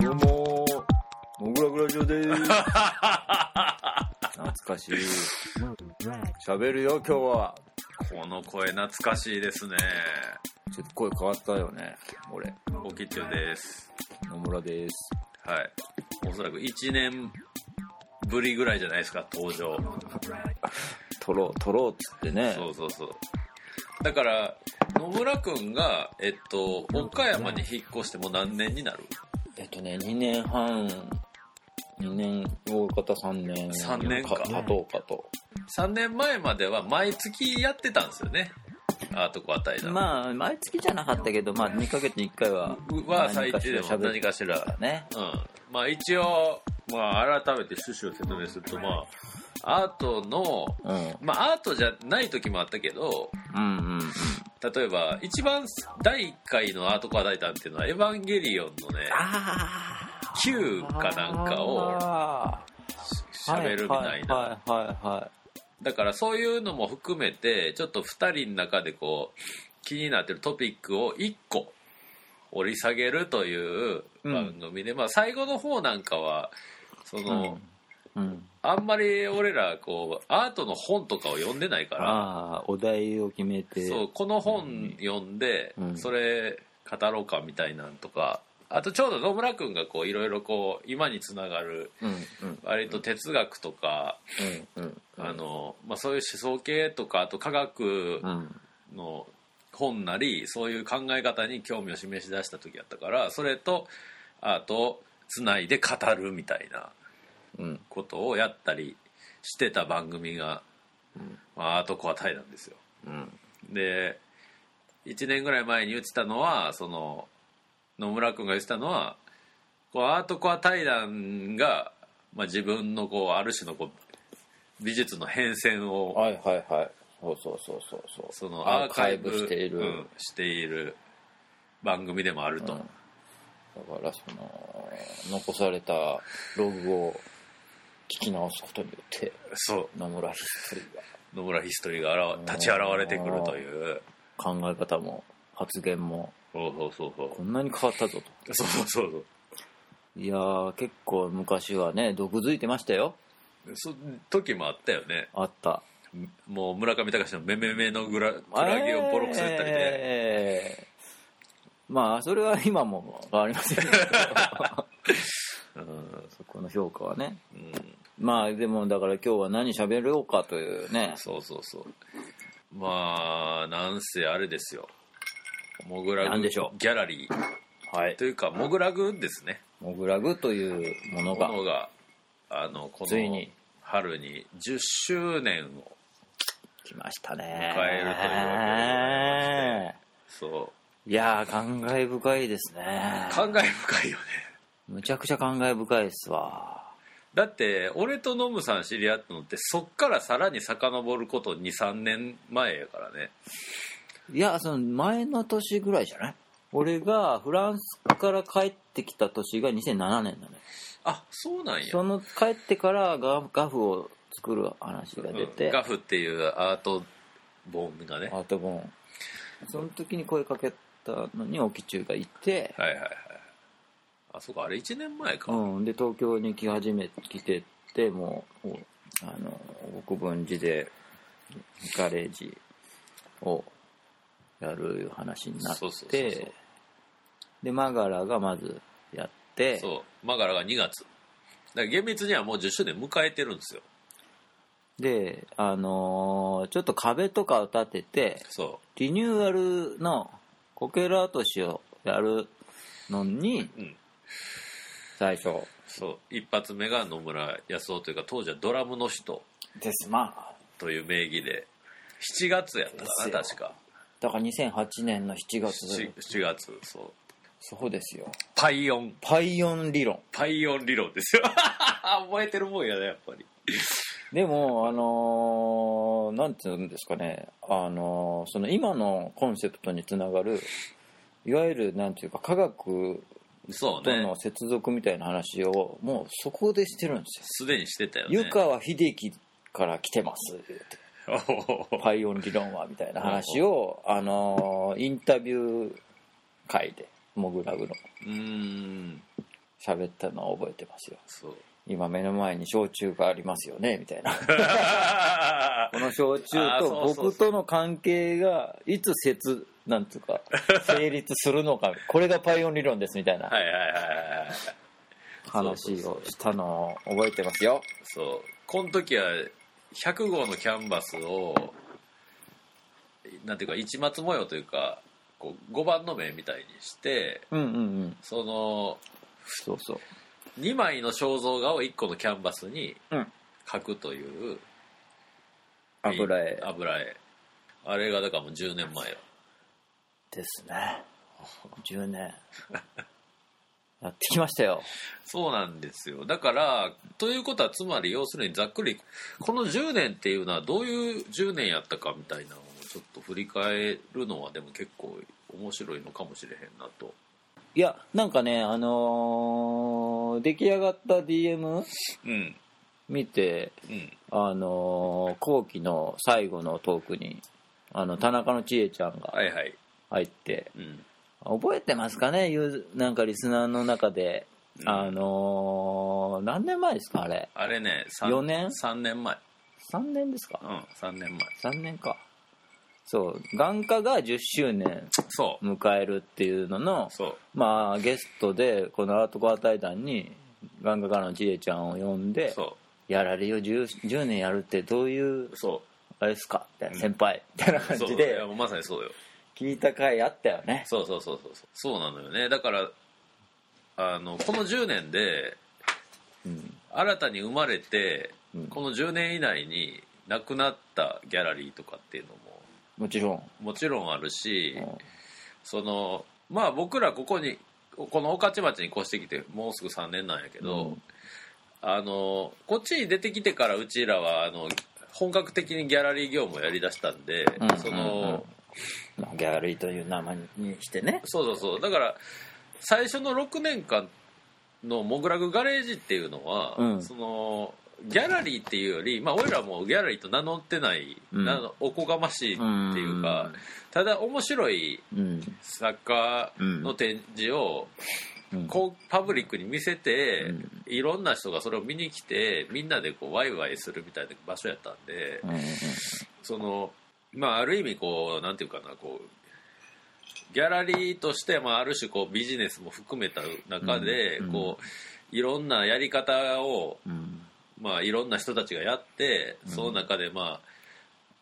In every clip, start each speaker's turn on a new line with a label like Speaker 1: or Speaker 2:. Speaker 1: どうもー、もぐらぐらじょで ーす。懐かしい。喋るよ、今日は。
Speaker 2: この声懐かしいですね。
Speaker 1: ちょっと声変わったよね、俺。
Speaker 2: おきっちょです。
Speaker 1: 野村です。
Speaker 2: はい。おそらく1年ぶりぐらいじゃないですか、登場。
Speaker 1: 撮ろう、撮ろうっつってね。
Speaker 2: そうそうそう。だから、野村くんが、えっと、岡山に引っ越してもう何年になる
Speaker 1: えっとね、2年半、2年、大方3年。
Speaker 2: 3年か
Speaker 1: 経とうかと。
Speaker 2: ?3 年前までは毎月やってたんですよね。あとこあたりだ。
Speaker 1: まあ、毎月じゃなかったけど、まあ、2ヶ月に1回は。
Speaker 2: うは最低でも何かしら
Speaker 1: ね。
Speaker 2: うん。まあ一応、まあ改めて趣旨を説明すると、まあ、アートの、
Speaker 1: うん。うん
Speaker 2: まあアートじゃない時もあったけど、
Speaker 1: うんうん。
Speaker 2: 例えば、一番第1回のアートコア大団っていうのは、エヴァンゲリオンのね、
Speaker 1: ああ。
Speaker 2: Q かなんかを
Speaker 1: あ
Speaker 2: し
Speaker 1: ー
Speaker 2: 喋るみたいな。
Speaker 1: はいはいはいはい。
Speaker 2: だからそういうのも含めて、ちょっと2人の中でこう、気になってるトピックを1個掘り下げるという番組で、まあ最後の方なんかは、その、
Speaker 1: うん、
Speaker 2: あんまり俺らこう、アートの本とかを読んでないから、
Speaker 1: ああお題を決めて
Speaker 2: そうこの本読んで、
Speaker 1: うん
Speaker 2: それ語ろうかみたいなんとかあとちょうど野村君がこういろいろこう今につながる
Speaker 1: うんうん
Speaker 2: 割と哲学とか、
Speaker 1: うんうん
Speaker 2: あのまあ、そういう思想系とかあと科学
Speaker 1: うん
Speaker 2: の本なりそういう考え方に興味を示し出した時やったからそれとあとつないで語るみたいな
Speaker 1: うん
Speaker 2: ことをやったりしてた番組が、まあ、アートコアタイなんですよ。
Speaker 1: うん
Speaker 2: で1年ぐらい前に言ってたのはその野村君が言ってたのはこうアートコア対談が、まあ、自分のこうある種のこう美術の変遷を
Speaker 1: はいはいはいそうそうそうそうそう
Speaker 2: そのアーカイブ
Speaker 1: アしている、
Speaker 2: うんしている番組でもあると、
Speaker 1: うんだからその残されたログを聞き直すことによって
Speaker 2: そう
Speaker 1: 野村ヒストリーが
Speaker 2: 野村ヒストリーが現立ち現れてくるという
Speaker 1: 考え方も発言も
Speaker 2: そうそうそうそう
Speaker 1: こんなに変わったぞと
Speaker 2: そうそうそう
Speaker 1: いやー結構昔はね毒づいてましたよ
Speaker 2: そう時もあったよね
Speaker 1: あった
Speaker 2: もう村上隆の「めめめ」のグラクラゲをボロクソ言ったりで、
Speaker 1: ええまあそれは今も変わりませんけどうんそこの評価はね
Speaker 2: うん
Speaker 1: まあでもだから今日は何喋ろうかというね
Speaker 2: そうそうそう。まあ、なんせあれですよ。モグラ
Speaker 1: な
Speaker 2: グ
Speaker 1: ん
Speaker 2: ギ
Speaker 1: でしょう
Speaker 2: ャラリー
Speaker 1: はい
Speaker 2: というか、モグラグですね。
Speaker 1: モグラグというもの
Speaker 2: も
Speaker 1: が
Speaker 2: のが、あの、こ
Speaker 1: つい
Speaker 2: の
Speaker 1: に
Speaker 2: 春に10周年を、
Speaker 1: 来ましたね
Speaker 2: 迎えるというわけでございまそう、
Speaker 1: いやー感慨深いですね
Speaker 2: 感慨深いよね。
Speaker 1: むちゃくちゃ感慨深いですわ
Speaker 2: だって、俺とノムさん知り合ったのって、そっからさらに遡ること2、3年前やからね。
Speaker 1: いやその前の年ぐらいじゃない俺がフランスから帰ってきた年が2007年だね
Speaker 2: あ、そうなんや
Speaker 1: そ。の帰ってからガガフを作る話が出て、
Speaker 2: うんガフっていうアート本がね。
Speaker 1: アート本その時に声かけたのに沖中がいて、
Speaker 2: はいはいはい。あ、そうか、あれ1年前か。
Speaker 1: うん、で東京に来始め来てってもうあの国分寺でガレージをやるいう話になって
Speaker 2: そうそうそうそう
Speaker 1: でマガラがまずやって
Speaker 2: そう、マガラが2月。だから厳密にはもう10周年迎えてるんですよ。
Speaker 1: であのーちょっと壁とかを立てて
Speaker 2: そ
Speaker 1: リニューアルのこけら落としをやるのに、
Speaker 2: うん
Speaker 1: 最初
Speaker 2: う、そう。一発目が野村康夫というか、当時はドラムの人
Speaker 1: ですまあ
Speaker 2: という名義で、7月やったかな、
Speaker 1: です
Speaker 2: 確か。
Speaker 1: だから2008年の7月
Speaker 2: 7, 7月、そう。
Speaker 1: そうですよ
Speaker 2: パイオン、
Speaker 1: パイオン理論
Speaker 2: パイオン理論ですよ。 覚えてるもんやね、やっぱり。
Speaker 1: でもあのーなんていうんですかねあのーその今のコンセプトにつながるいわゆるなんていうか科学
Speaker 2: そう
Speaker 1: と
Speaker 2: ね
Speaker 1: の接続みたいな話をもうそこでしてるんですよ
Speaker 2: すでにしてたよね
Speaker 1: 湯 川秀樹から来てますって
Speaker 2: おお
Speaker 1: パイオン理論はみたいな話を、あのーインタビュー会でモグラグの
Speaker 2: うーん
Speaker 1: 喋ったのを覚えてますよ
Speaker 2: そう
Speaker 1: 今目の前に焼酎がありますよねみたいなこの焼酎
Speaker 2: あーそ
Speaker 1: と
Speaker 2: うそうそう
Speaker 1: 僕との関係がいつ説なんつう か成立するのかこれがパイオン理論ですみたいな
Speaker 2: はいはいはいはいはい
Speaker 1: 話をしたのを覚えてますよ
Speaker 2: そうこの時は100号のキャンバスをなんていうか市松模様というかこう5番の目みたいにして
Speaker 1: うんうんうん
Speaker 2: その
Speaker 1: そうそう
Speaker 2: 2枚の肖像画を1個のキャンバスに
Speaker 1: うん
Speaker 2: 描くという
Speaker 1: 油絵
Speaker 2: 油絵あれがだからもう10年前よ
Speaker 1: ですね10年 やってきましたよ
Speaker 2: そうなんですよだからということはつまり要するにざっくりこの10年っていうのはどういう10年やったかみたいなのをちょっと振り返るのはでも結構面白いのかもしれへんなと
Speaker 1: いやなんかねあのー出来上がった DM
Speaker 2: うん
Speaker 1: 見て
Speaker 2: うん
Speaker 1: あのー後期の最後のトークにあの田中の千恵ちゃんが
Speaker 2: はいはい
Speaker 1: 入って
Speaker 2: うん
Speaker 1: 覚えてますかねゆうなんかリスナーの中で、
Speaker 2: うん
Speaker 1: あのー何年前ですかあれ
Speaker 2: あれね
Speaker 1: 四年
Speaker 2: 3年前
Speaker 1: 3年ですか
Speaker 2: うん3年前
Speaker 1: 3年かそう眼科が10周年
Speaker 2: そう
Speaker 1: 迎えるっていうのの
Speaker 2: そう
Speaker 1: まあゲストでこのアートコア対談に眼科からの千恵ちゃんを呼んで
Speaker 2: そ
Speaker 1: 「やられよ 10, 10年やるってどういう
Speaker 2: うそ
Speaker 1: あれですか?」みたいな先輩みたいな
Speaker 2: う
Speaker 1: 感
Speaker 2: そう
Speaker 1: じ
Speaker 2: い
Speaker 1: で
Speaker 2: やもうまさにそうよ
Speaker 1: 聞いた回あったよね
Speaker 2: そうそうそうそうそうそうなのよねだからあのこの10年で
Speaker 1: うん
Speaker 2: 新たに生まれて、
Speaker 1: うん
Speaker 2: この10年以内に亡くなったギャラリーとかっていうのも
Speaker 1: もちろん
Speaker 2: もちろんあるし、
Speaker 1: うん
Speaker 2: そのまあ僕らここにこの御徒町に越してきてもうすぐ3年なんやけど、
Speaker 1: うん
Speaker 2: あのこっちに出てきてからうちらはあの本格的にギャラリー業務をやりだしたんで、
Speaker 1: うん
Speaker 2: その、
Speaker 1: まあギャラリーという名前にしてね
Speaker 2: そうそうそうだから最初の6年間のモグラグガレージっていうのは、
Speaker 1: うん
Speaker 2: そのギャラリーっていうよりまあ俺らもギャラリーと名乗ってない、
Speaker 1: うん
Speaker 2: なのおこがましいっていうか、ただ面白い
Speaker 1: うん
Speaker 2: 作家の展示を
Speaker 1: うん
Speaker 2: こうパブリックに見せて、
Speaker 1: うん
Speaker 2: いろんな人がそれを見に来てみんなでこうワイワイするみたいな場所やったんで、
Speaker 1: うんうん
Speaker 2: そのまあある意味こうなんていうかなこうギャラリーとして、まあ、ある種こうビジネスも含めた中で、
Speaker 1: うん
Speaker 2: こういろんなやり方を、
Speaker 1: うん
Speaker 2: まあ、いろんな人たちがやって
Speaker 1: うん
Speaker 2: その中でまあ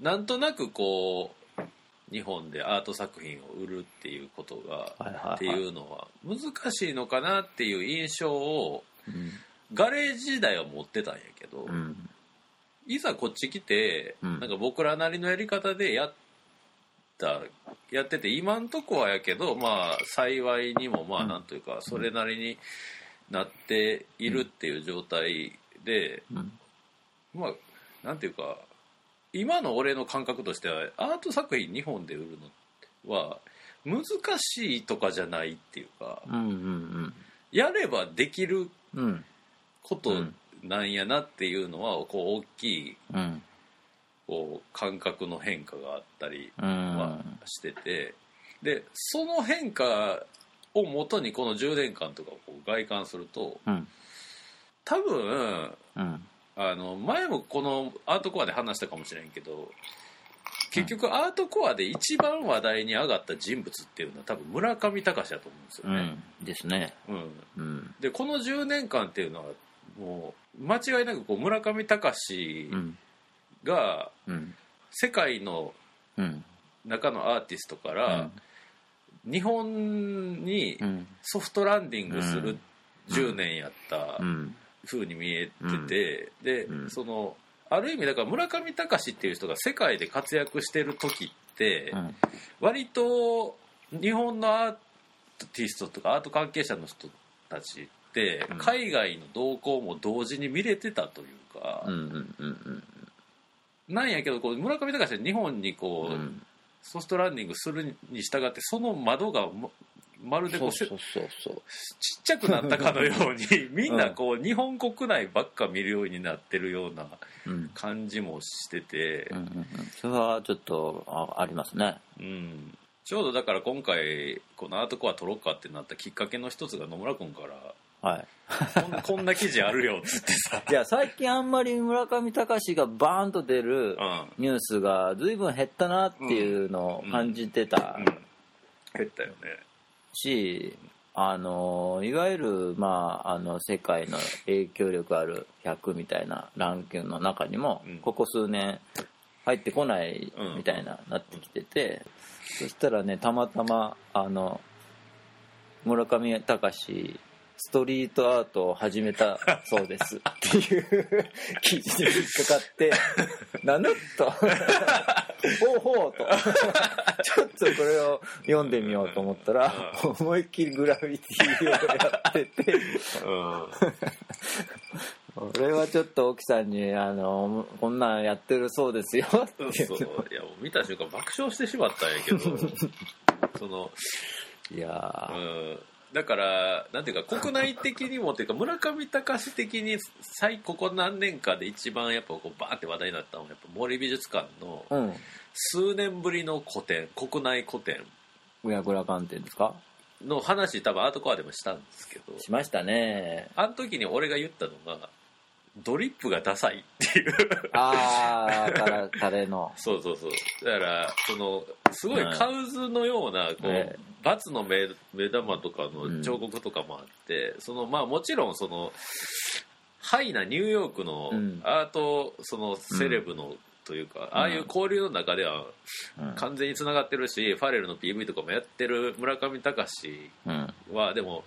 Speaker 2: なんとなくこう日本でアート作品を売るっていうことが
Speaker 1: はいはいはい
Speaker 2: っていうのは難しいのかなっていう印象を
Speaker 1: うん
Speaker 2: ガレージ時代は持ってたんやけど、
Speaker 1: うん
Speaker 2: いざこっち来て、
Speaker 1: うん
Speaker 2: なんか僕らなりのやり方でやったやってて今んとこはやけどまあ幸いにもまあ
Speaker 1: うん
Speaker 2: なんというかそれなりになっているっていう状態で、
Speaker 1: うん
Speaker 2: まあなんていうか今の俺の感覚としてはアート作品2本で売るのは難しいとかじゃないっていうか
Speaker 1: うんうん
Speaker 2: やればできる
Speaker 1: うんうん
Speaker 2: ことなんやなっていうのはこう大きい
Speaker 1: うん
Speaker 2: こう感覚の変化があったり
Speaker 1: うん
Speaker 2: はしてて、でその変化をもとにこの10年間とかをこう外観すると
Speaker 1: うん
Speaker 2: 多分
Speaker 1: うん
Speaker 2: あの前もこのアートコアで話したかもしれんけど結局アートコアで一番話題に上がった人物っていうのは多分村上隆だと思うんですよ
Speaker 1: う
Speaker 2: ね。
Speaker 1: んですね
Speaker 2: うん、
Speaker 1: うん
Speaker 2: でこの10年間っていうのはもう間違いなくこう村上隆
Speaker 1: うん
Speaker 2: が
Speaker 1: うん
Speaker 2: 世界の
Speaker 1: うん
Speaker 2: 中のアーティストから、日本に
Speaker 1: うん
Speaker 2: ソフトランディングする10年やった
Speaker 1: うん
Speaker 2: 風に見えててで
Speaker 1: うん
Speaker 2: そのある意味だから村上隆っていう人が世界で活躍してる時って
Speaker 1: うん
Speaker 2: 割と日本のアーティストとかアート関係者の人たちって
Speaker 1: うん
Speaker 2: 海外の動向も同時に見れてたというか
Speaker 1: うんうんうん
Speaker 2: なんやけどこう村上隆って日本にこ
Speaker 1: う
Speaker 2: うんソフトランディングするに従ってその窓がもまるで
Speaker 1: そ
Speaker 2: こ
Speaker 1: う
Speaker 2: うせ
Speaker 1: そうそうそう
Speaker 2: ちっちゃくなったかのよ うにみんなこう日本国内ばっか見るようになってるような
Speaker 1: うん
Speaker 2: 感じもしてて
Speaker 1: うん、うんうん、それはちょっとあありますね
Speaker 2: うん、ちょうどだから今回このアートコア取ろうかってなったきっかけの一つが野村君から
Speaker 1: はい
Speaker 2: こん こんな記事あるよっつってさ、
Speaker 1: いや最近あんまり村上隆がバーンと出る
Speaker 2: う
Speaker 1: ニュースが随分減ったなっていうのを感じてた
Speaker 2: んうん、減ったよね
Speaker 1: し、あのいわゆる、まあ、あの世界の影響力ある100みたいなランキングの中にも、
Speaker 2: うん
Speaker 1: ここ数年入ってこない
Speaker 2: うん
Speaker 1: みたいな、なってきててそしたらねたまたまあの村上隆ストリートアートを始めたそう ですっていう記事に引っかかってなんだとほうほうとちょっとこれを読んでみようと思ったら思いっきりグラフィティをやってて
Speaker 2: う
Speaker 1: 俺はちょっと奥さんにあの「こんなんやってるそうですよ」って
Speaker 2: んそういやもう見た瞬間爆笑してしまったんやけど その、
Speaker 1: いや
Speaker 2: う
Speaker 1: ー
Speaker 2: ん、だからなんていうか国内的にもっていうか村上隆的に最ここ何年かで一番やっぱこうバーって話題になったのはやっぱ森美術館の
Speaker 1: うん
Speaker 2: 数年ぶりの個展国内個展
Speaker 1: グラグラ観点ですか
Speaker 2: の話多分アートコアでもしたんですけど
Speaker 1: しましたね
Speaker 2: あの時に俺が言ったのがドリップがダサいっていう
Speaker 1: ああからタレの
Speaker 2: そうそうそうだからそのすごい
Speaker 1: うん
Speaker 2: カウズのようなこう、
Speaker 1: ね
Speaker 2: バツの目目玉とかの彫刻とかもあって、そのまあもちろんそのハイなニューヨークの
Speaker 1: うん
Speaker 2: アート、そのセレブのというか、ああいう交流の中では
Speaker 1: うん
Speaker 2: 完全につながってるし、ファレルの PV とかもやってる村上隆
Speaker 1: うん
Speaker 2: はでも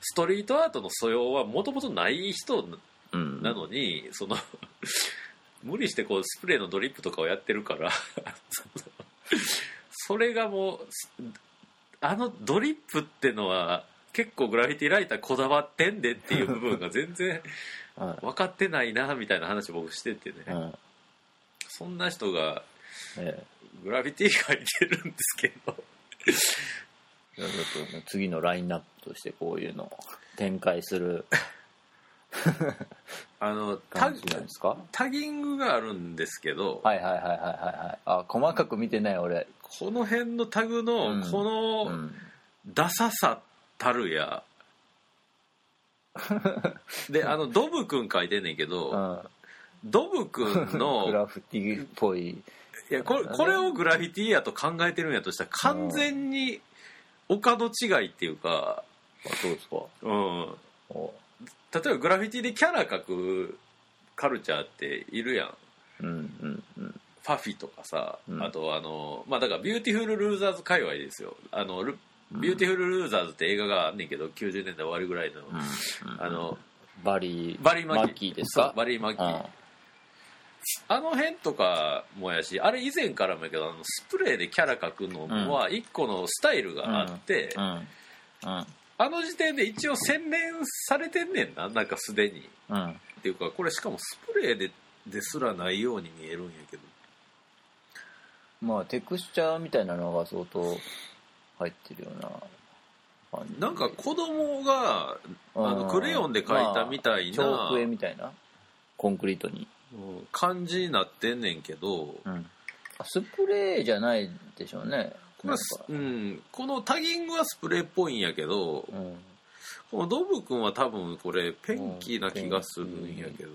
Speaker 2: ストリートアートの素養はもともとない人
Speaker 1: うん
Speaker 2: なのに、その 無理してこうスプレーのドリップとかをやってるから そのそれがもうすあのドリップってのは結構グラフィティライターこだわってんでっていう部分が全然
Speaker 1: うん
Speaker 2: 分かってないなみたいな話僕しててね、
Speaker 1: うん
Speaker 2: そんな人が
Speaker 1: え
Speaker 2: グラフィティ書いてるんですけ ど
Speaker 1: えいやちょっとね次のラインナップとしてこういうのを展開する
Speaker 2: あのタ
Speaker 1: 感じなんですか
Speaker 2: タギングがあるんですけど、
Speaker 1: はいはいはいはいはいはいあ細かく見てない俺
Speaker 2: この辺のタグの
Speaker 1: うん
Speaker 2: こ
Speaker 1: う
Speaker 2: の
Speaker 1: ん
Speaker 2: ダサさたるや、であのドブくん書いてんねんけど、
Speaker 1: うん
Speaker 2: ドブくん
Speaker 1: グ
Speaker 2: の
Speaker 1: ラフティっぽい
Speaker 2: いやこれこれをグラフィティやと考えてるんやとしたら完全に丘の違いっていうか、
Speaker 1: あどうですか
Speaker 2: うん、
Speaker 1: お
Speaker 2: 例えばグラフィティでキャラ描くカルチャーっているやん。
Speaker 1: うんうんうん
Speaker 2: ファフィとかさ、
Speaker 1: うん
Speaker 2: あとあのまあだからビューティフルルーザーズ界隈ですよあのルビューティフルルーザーズって映画があんねんけど90年代終わりぐらいの、あの
Speaker 1: バリー
Speaker 2: バリー・マ
Speaker 1: マ
Speaker 2: ッ
Speaker 1: ッ
Speaker 2: キ
Speaker 1: キ
Speaker 2: ー
Speaker 1: ーですか
Speaker 2: そうバリー・マッキー、あの辺とかもやしあれ以前からもやけどあのスプレーでキャラ描くのは一個のスタイルがあって、
Speaker 1: うんうんうん
Speaker 2: あの時点で一応洗練されてんねんななんかすでに
Speaker 1: うん
Speaker 2: っていうかこれしかもスプレーでですらないように見えるんやけど
Speaker 1: まあテクスチャーみたいなのが相当入ってるような感じ
Speaker 2: なんか子供があのクレヨンで描いたみたいな
Speaker 1: まあ、彫刻絵みたいなコンクリートに、
Speaker 2: うん感じになってんねんけど、
Speaker 1: あスプレーじゃないでしょうね
Speaker 2: これ
Speaker 1: な
Speaker 2: は
Speaker 1: んか
Speaker 2: うん、このタギングはスプレーっぽいんやけど、
Speaker 1: うん
Speaker 2: このドブ君は多分これペンキな気がするんやけど、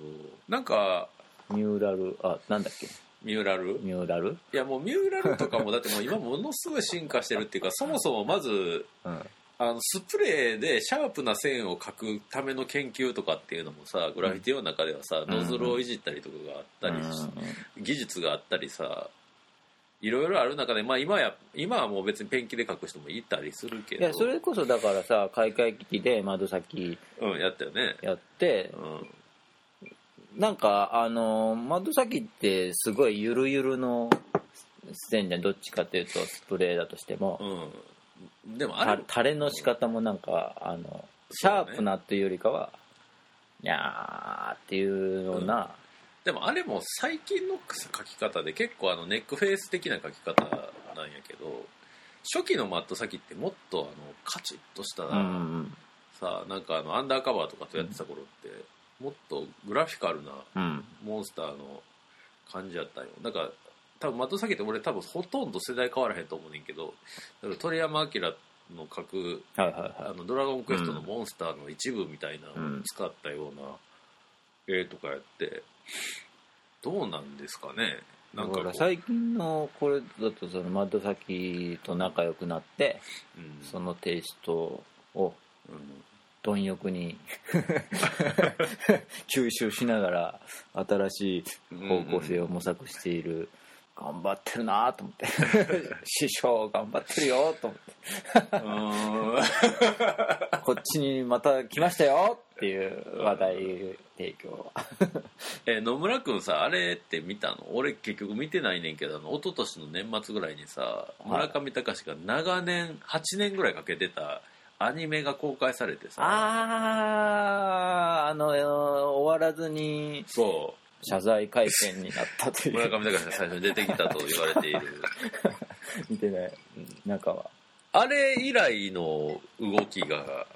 Speaker 2: なんか
Speaker 1: ミューラルあなんだっけ
Speaker 2: ミューラル
Speaker 1: ミューラル、
Speaker 2: いやもうミューラルとかもだってもう今ものすごい進化してるっていうかそもそもまず
Speaker 1: うん
Speaker 2: あのスプレーでシャープな線を描くための研究とかっていうのもさグラフィティの中ではさ、
Speaker 1: うん
Speaker 2: ノズルをいじったりとかがあったりし技術があったりさいろいろある中で、まあ、今や今はもう別にペンキで描く人もいたりするけ
Speaker 1: い
Speaker 2: ど
Speaker 1: やそれこそだからさ開会機で窓先
Speaker 2: うん、やったよね、
Speaker 1: やって
Speaker 2: うん、
Speaker 1: なんかあの窓先ってすごいゆるゆるの線じゃんどっちかっていうとスプレーだとしても、
Speaker 2: うん、でもあ
Speaker 1: た
Speaker 2: れ
Speaker 1: タレの仕方もなんかあのシャープなというよりかは、にゃーっていうような、
Speaker 2: でもあれも最近の描き方で結構あのネックフェイス的な描き方なんやけど初期のマット先ってもっとあのカチッとした、
Speaker 1: うん
Speaker 2: さなんかあのアンダーカバーとかとやってた頃って、もっとグラフィカルな
Speaker 1: うん
Speaker 2: モンスターの感じやったんよなんか多分的下げて俺多分ほとんど世代変わらへんと思うねんけどだから鳥山明の書く
Speaker 1: はいはいは
Speaker 2: あのドラゴンクエストのモンスターの一部みたいなのを使ったような絵とかやってどうなんですかね
Speaker 1: い
Speaker 2: なん
Speaker 1: だか
Speaker 2: かこ
Speaker 1: ら
Speaker 2: う
Speaker 1: 最近のこれだとそのマッド先と仲良くなって
Speaker 2: うん
Speaker 1: そのテイストを
Speaker 2: うん
Speaker 1: 貪欲 に吸収しながら新しい方向性を模索している、頑張ってるなと思って 師匠頑張ってるよと思って
Speaker 2: うーん
Speaker 1: こっちにまた来ましたよっていう話題提供は
Speaker 2: え野村君さあれって見たの俺結局見てないねんけどあの一昨年の年末ぐらいにさ
Speaker 1: い
Speaker 2: 村上隆が長年8年ぐらいかけてたアニメが公開されてさ
Speaker 1: あーあの終わらずに
Speaker 2: そ
Speaker 1: 謝罪会見になったとい
Speaker 2: う村
Speaker 1: う
Speaker 2: 上隆が最初に出てきたと言われている
Speaker 1: 見てない中は、
Speaker 2: あれ以来の動きが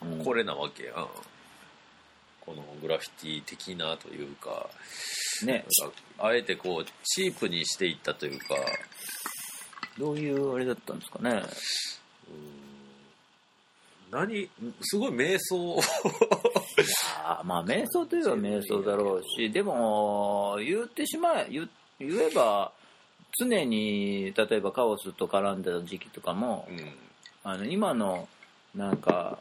Speaker 1: うん
Speaker 2: これなわけやんこのグラフィティ的なというか
Speaker 1: ね
Speaker 2: なんかあえてこうチープにしていったというか
Speaker 1: どういうあれだったんですかね
Speaker 2: 何すごい瞑想
Speaker 1: あーまあ瞑想といえば瞑想だろうしでも言ってしまえ言言えば常に例えばカオスと絡んでた時期とかも、
Speaker 2: う
Speaker 1: あの今のなんか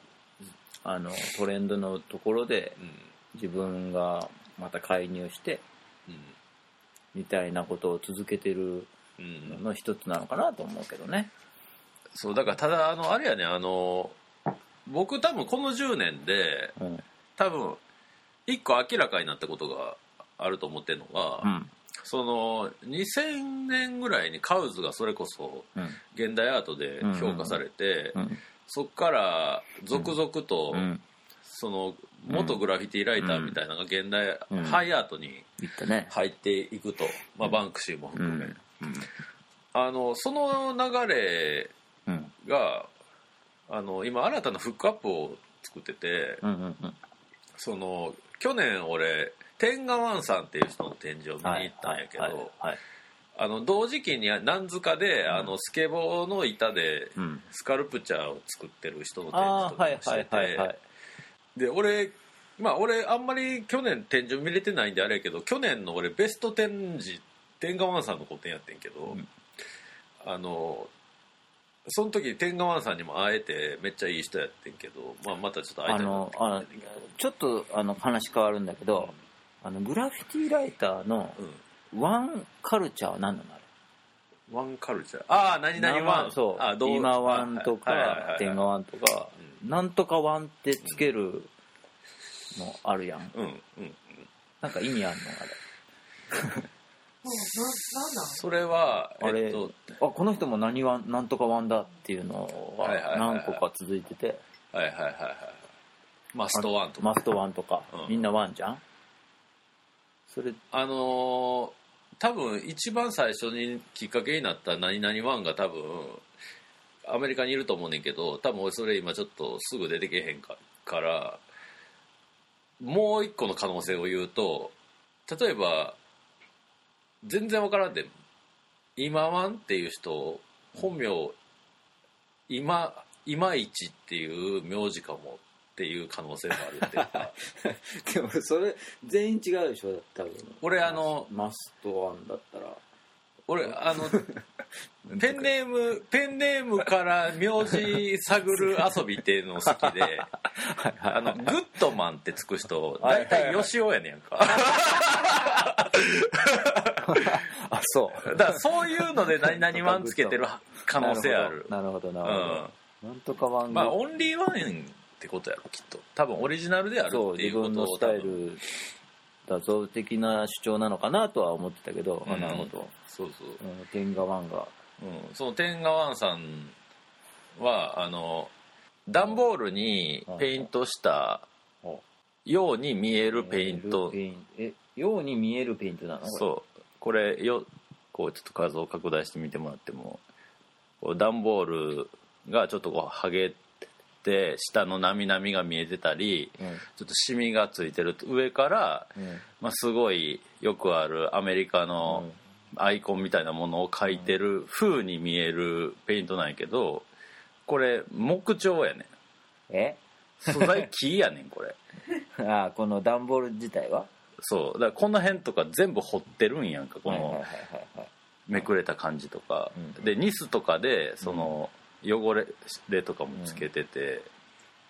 Speaker 1: あのトレンドのところで
Speaker 2: んうん
Speaker 1: 自分がまた介入して
Speaker 2: う
Speaker 1: みたいなことを続けてる
Speaker 2: んう
Speaker 1: の
Speaker 2: ん、
Speaker 1: の一つなのかなと思うけどね。
Speaker 2: そうだからただあのあれやねあの僕多分この10年で
Speaker 1: うん
Speaker 2: 多分一個明らかになったことがあると思ってるのが、
Speaker 1: うん
Speaker 2: その2000年ぐらいにカウズがそれこそ
Speaker 1: うん
Speaker 2: 現代アートで評価されて、
Speaker 1: うん
Speaker 2: そっから続々と、
Speaker 1: うん
Speaker 2: その元グラフィティライターみたいなのが現代、
Speaker 1: うん
Speaker 2: ハイアートに
Speaker 1: 言ったね。
Speaker 2: 入っていくと、まあ、バンクシーも
Speaker 1: う
Speaker 2: 含
Speaker 1: ん
Speaker 2: め、あのその流れ
Speaker 1: うん
Speaker 2: があの今新たなフックアップを作ってて
Speaker 1: うんうんうん
Speaker 2: その去年俺天下ワンさんっていう人の展示を見に行ったんやけど、
Speaker 1: はいはいはい
Speaker 2: あの同時期に何塚で、あのスケボーの板で
Speaker 1: うん
Speaker 2: スカルプチャーを作ってる人の展
Speaker 1: あ
Speaker 2: 示
Speaker 1: ーは
Speaker 2: とか
Speaker 1: い
Speaker 2: もし
Speaker 1: は
Speaker 2: て
Speaker 1: いはいは
Speaker 2: て
Speaker 1: い。
Speaker 2: で俺まあ俺あんまり去年展示見れてないんであれやけど去年の俺ベスト展示天下ワンさんの個展やってんけど、
Speaker 1: ん
Speaker 2: あのその時天下ワンさんにも会えてめっちゃいい人やってんけど、まあ、またちょっと会い
Speaker 1: あ
Speaker 2: たいなっ
Speaker 1: の
Speaker 2: て
Speaker 1: あ
Speaker 2: 思っ
Speaker 1: の
Speaker 2: てんねんけど
Speaker 1: ちょっとあの話変わるんだけど、あのグラフィティライターのワンカルチャーは何なのあれ
Speaker 2: うん、ワンカルチャーああ何々ワン
Speaker 1: そう
Speaker 2: あどう
Speaker 1: 今ワンと
Speaker 2: はいはいはいは
Speaker 1: か
Speaker 2: い
Speaker 1: 天下ワンとかなんとかワンってつけるのあるやん
Speaker 2: うんうん
Speaker 1: なんか意味あるの
Speaker 2: それは
Speaker 1: あれ
Speaker 2: えっと
Speaker 1: あれあこの人も何ワンなんとかワンだっていうのは
Speaker 2: はいはいはいはい
Speaker 1: 何個か続いてて
Speaker 2: はいはいはいはいマストワンとか
Speaker 1: マストワンとか
Speaker 2: うん
Speaker 1: みんなワンじゃんそれ
Speaker 2: あのー多分一番最初にきっかけになった「何々ワン」が多分アメリカにいると思うねんけど多分俺それ今ちょっとすぐ出てけへんかからもう一個の可能性を言うと例えば全然わからんで今ワンっていう人本名今今一っていう名字かもっていう可能性もあるっていうか
Speaker 1: でもそれ全員違うでしょ多分
Speaker 2: 俺あの
Speaker 1: マストワンだったら
Speaker 2: 俺 あのペンネームペンネームから名字探る遊びっていうの好 きであのグッドマンってつく人
Speaker 1: はいはいは
Speaker 2: 大
Speaker 1: い
Speaker 2: 体吉尾やねんか
Speaker 1: あそう
Speaker 2: だからそういうので 何々ワンつけてる可能性ある
Speaker 1: なるほどなるほどなるほどなんとかワン
Speaker 2: まあオンリーワンってことやろきっと多分オリジナルである
Speaker 1: そう
Speaker 2: ってい
Speaker 1: 自
Speaker 2: うことを
Speaker 1: 分のスタイルだぞ的な主張なのかなとは思ってたけど、
Speaker 2: うん
Speaker 1: あなるほど
Speaker 2: そうそう
Speaker 1: うん天下ワンが
Speaker 2: うん、その天下ワンさんはあの段ボールにペイントしたように見えるペイント
Speaker 1: ペインえように見えるペイントなの
Speaker 2: そうこれよこうちょっと画像を拡大してみてもらってもこう段ボールがちょっとこうはげて下のなみなみが見えてたり、
Speaker 1: うん
Speaker 2: ちょっとシミがついてる上から、
Speaker 1: うん
Speaker 2: まあ、すごいよくあるアメリカのアイコンみたいなものを描いてる風に見えるペイントなんやけどこれ木彫やね
Speaker 1: え
Speaker 2: ん素材木やねんこれ
Speaker 1: ああこの段ボール自体は
Speaker 2: そうだからこの辺とか全部彫ってるんやんかこ
Speaker 1: はいはいはい
Speaker 2: の
Speaker 1: はいはい
Speaker 2: めくれた感じとか
Speaker 1: うん
Speaker 2: でニスとかでその汚れれとかもつけてて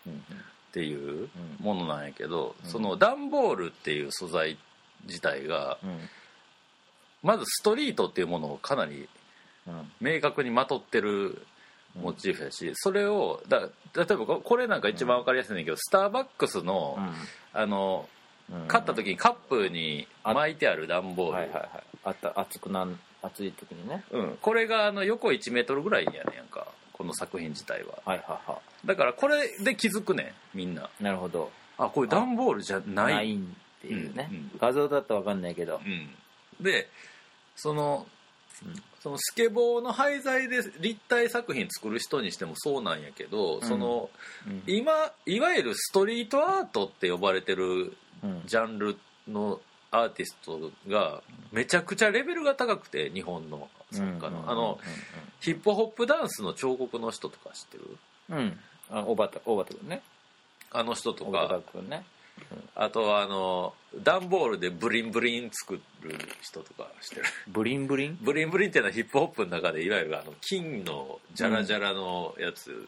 Speaker 1: うん
Speaker 2: っていう
Speaker 1: うん
Speaker 2: ものなんやけど
Speaker 1: うん
Speaker 2: その段ボールっていう素材自体が
Speaker 1: うん
Speaker 2: まずストリートっていうものをかなり
Speaker 1: うん
Speaker 2: 明確にまとってるモチーフやし、それをだ例えばここれなんか一番わかりやすいんだけど、スターバックスの,、あ
Speaker 1: うんうん
Speaker 2: の買った時にカップに巻いてある段ボール、
Speaker 1: はいはいはいあった暑くなん暑い時にね
Speaker 2: うん、これがあの横1メートルぐらいやねんかこの作品自体は
Speaker 1: はいはいは
Speaker 2: だからこれで気づくねんみんない
Speaker 1: なるほど
Speaker 2: あこれ段ボールじゃない
Speaker 1: ないんっていうね、
Speaker 2: うんうん
Speaker 1: 画像だとわかんないけど
Speaker 2: うん、でその
Speaker 1: うん
Speaker 2: そのスケボーの廃材で立体作品作る人にしてもそうなんやけど、その
Speaker 1: うん
Speaker 2: 今いわゆるストリートアートって呼ばれてる
Speaker 1: うん
Speaker 2: ジャンルのアーティストがめちゃくちゃレベルが高くて日本の作家の、あのヒップホップダンスの彫刻の人とか知ってる
Speaker 1: うんうんうんあ小畑小畑君ね
Speaker 2: あの人と
Speaker 1: 小
Speaker 2: か
Speaker 1: 畑君ね
Speaker 2: あとはあの段ボールでブリンブリン作る人とか知ってる
Speaker 1: ブリンブリン
Speaker 2: ブリンブリンっていうのはヒップホップの中でいわゆるあの金のジャラジャラのやつ、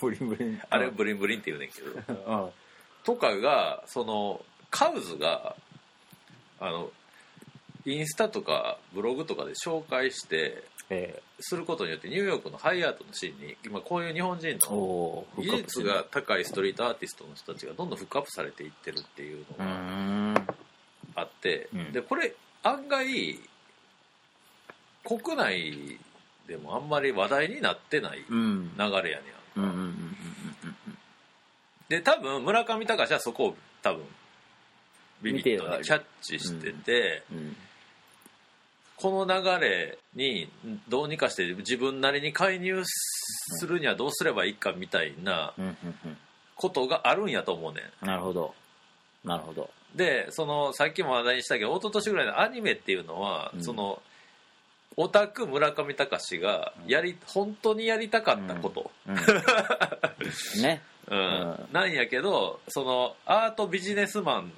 Speaker 1: ブリンブリン
Speaker 2: あれをブリンブリンって言うねんけど
Speaker 1: うん
Speaker 2: とかがそのカウズがあのインスタとかブログとかで紹介して
Speaker 1: え
Speaker 2: することによってニューヨークのハイアートのシーンに今こういう日本人
Speaker 1: ー、
Speaker 2: の
Speaker 1: おー
Speaker 2: 技術が高いストリートアーティストの人たちがどんどんフックアップされていってるっていう
Speaker 1: う
Speaker 2: のが
Speaker 1: ーん
Speaker 2: あって、
Speaker 1: うん
Speaker 2: でこれ案外国内でもあんまり話題になってない流
Speaker 1: うん
Speaker 2: れやねん。
Speaker 1: うんうんうんうん
Speaker 2: で多分村上隆はそこを多分ビビットにキャッチしてて、
Speaker 1: うんうん
Speaker 2: この流れにどうにかして自分なりに介入するにはどうすればいいかみたいな
Speaker 1: うんうんうん
Speaker 2: ことがあるんやと思うね
Speaker 1: なるほどなるほど
Speaker 2: ん。でそのさっきも話題にしたけど一昨年ぐらいのアニメっていうのは、
Speaker 1: うん
Speaker 2: そのオタク村上隆がやり本当にやりたかったこと、
Speaker 1: うんね
Speaker 2: うん
Speaker 1: うん
Speaker 2: なんやけどそのアートビジネスマン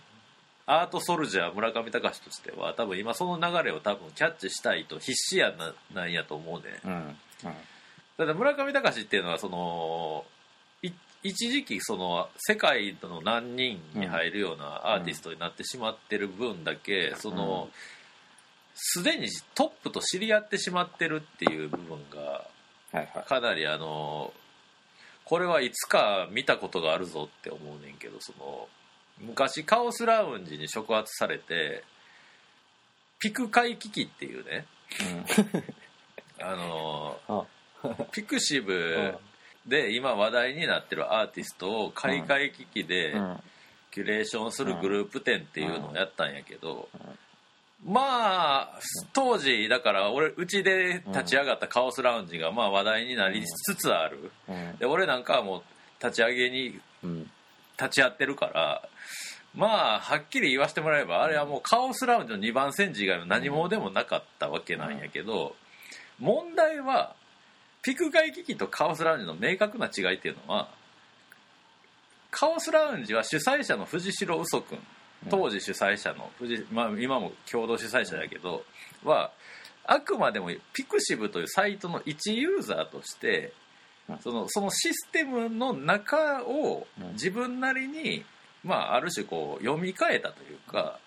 Speaker 2: アートソルジャー村上隆としては多分今その流れを多分キャッチしたいと必死やななんやと思うねん。
Speaker 1: うんうん
Speaker 2: ただ村上隆っていうのはそのい一時期その世界の何人に入るようなアーティストになってしまってる分だけそのすでにトップと知り合ってしまってるっていう部分が
Speaker 1: はいはい
Speaker 2: かなりあのこれはいつか見たことがあるぞって思うねんけどその昔カオスラウンジに触発されてピク会危機っていうねあの
Speaker 1: うんあ
Speaker 2: ピクシブで今話題になってるアーティストを開会機器で
Speaker 1: うん
Speaker 2: キュレーションするグループ展っていうのをやったんやけど
Speaker 1: ん
Speaker 2: まあ当時だから俺うちで立ち上がったカオスラウンジがまあ話題になりつつある
Speaker 1: うん
Speaker 2: で俺なんかはもう立ち上げに
Speaker 1: うん
Speaker 2: 立ち会ってるからまあはっきり言わせてもらえばあれはもうカオスラウンジの2番戦時以外の何もでもなかったわけなんやけど問題はピク外機器とカオスラウンジの明確な違いっていうのはカオスラウンジは主催者の藤代嘘君当時主催者の藤、まあ、今も共同主催者だけどはあくまでもピクシブというサイトの一ユーザーとして
Speaker 1: うん
Speaker 2: そのそのシステムの中を
Speaker 1: うん
Speaker 2: 自分なりに、まあ、ある種こう読み替えたというか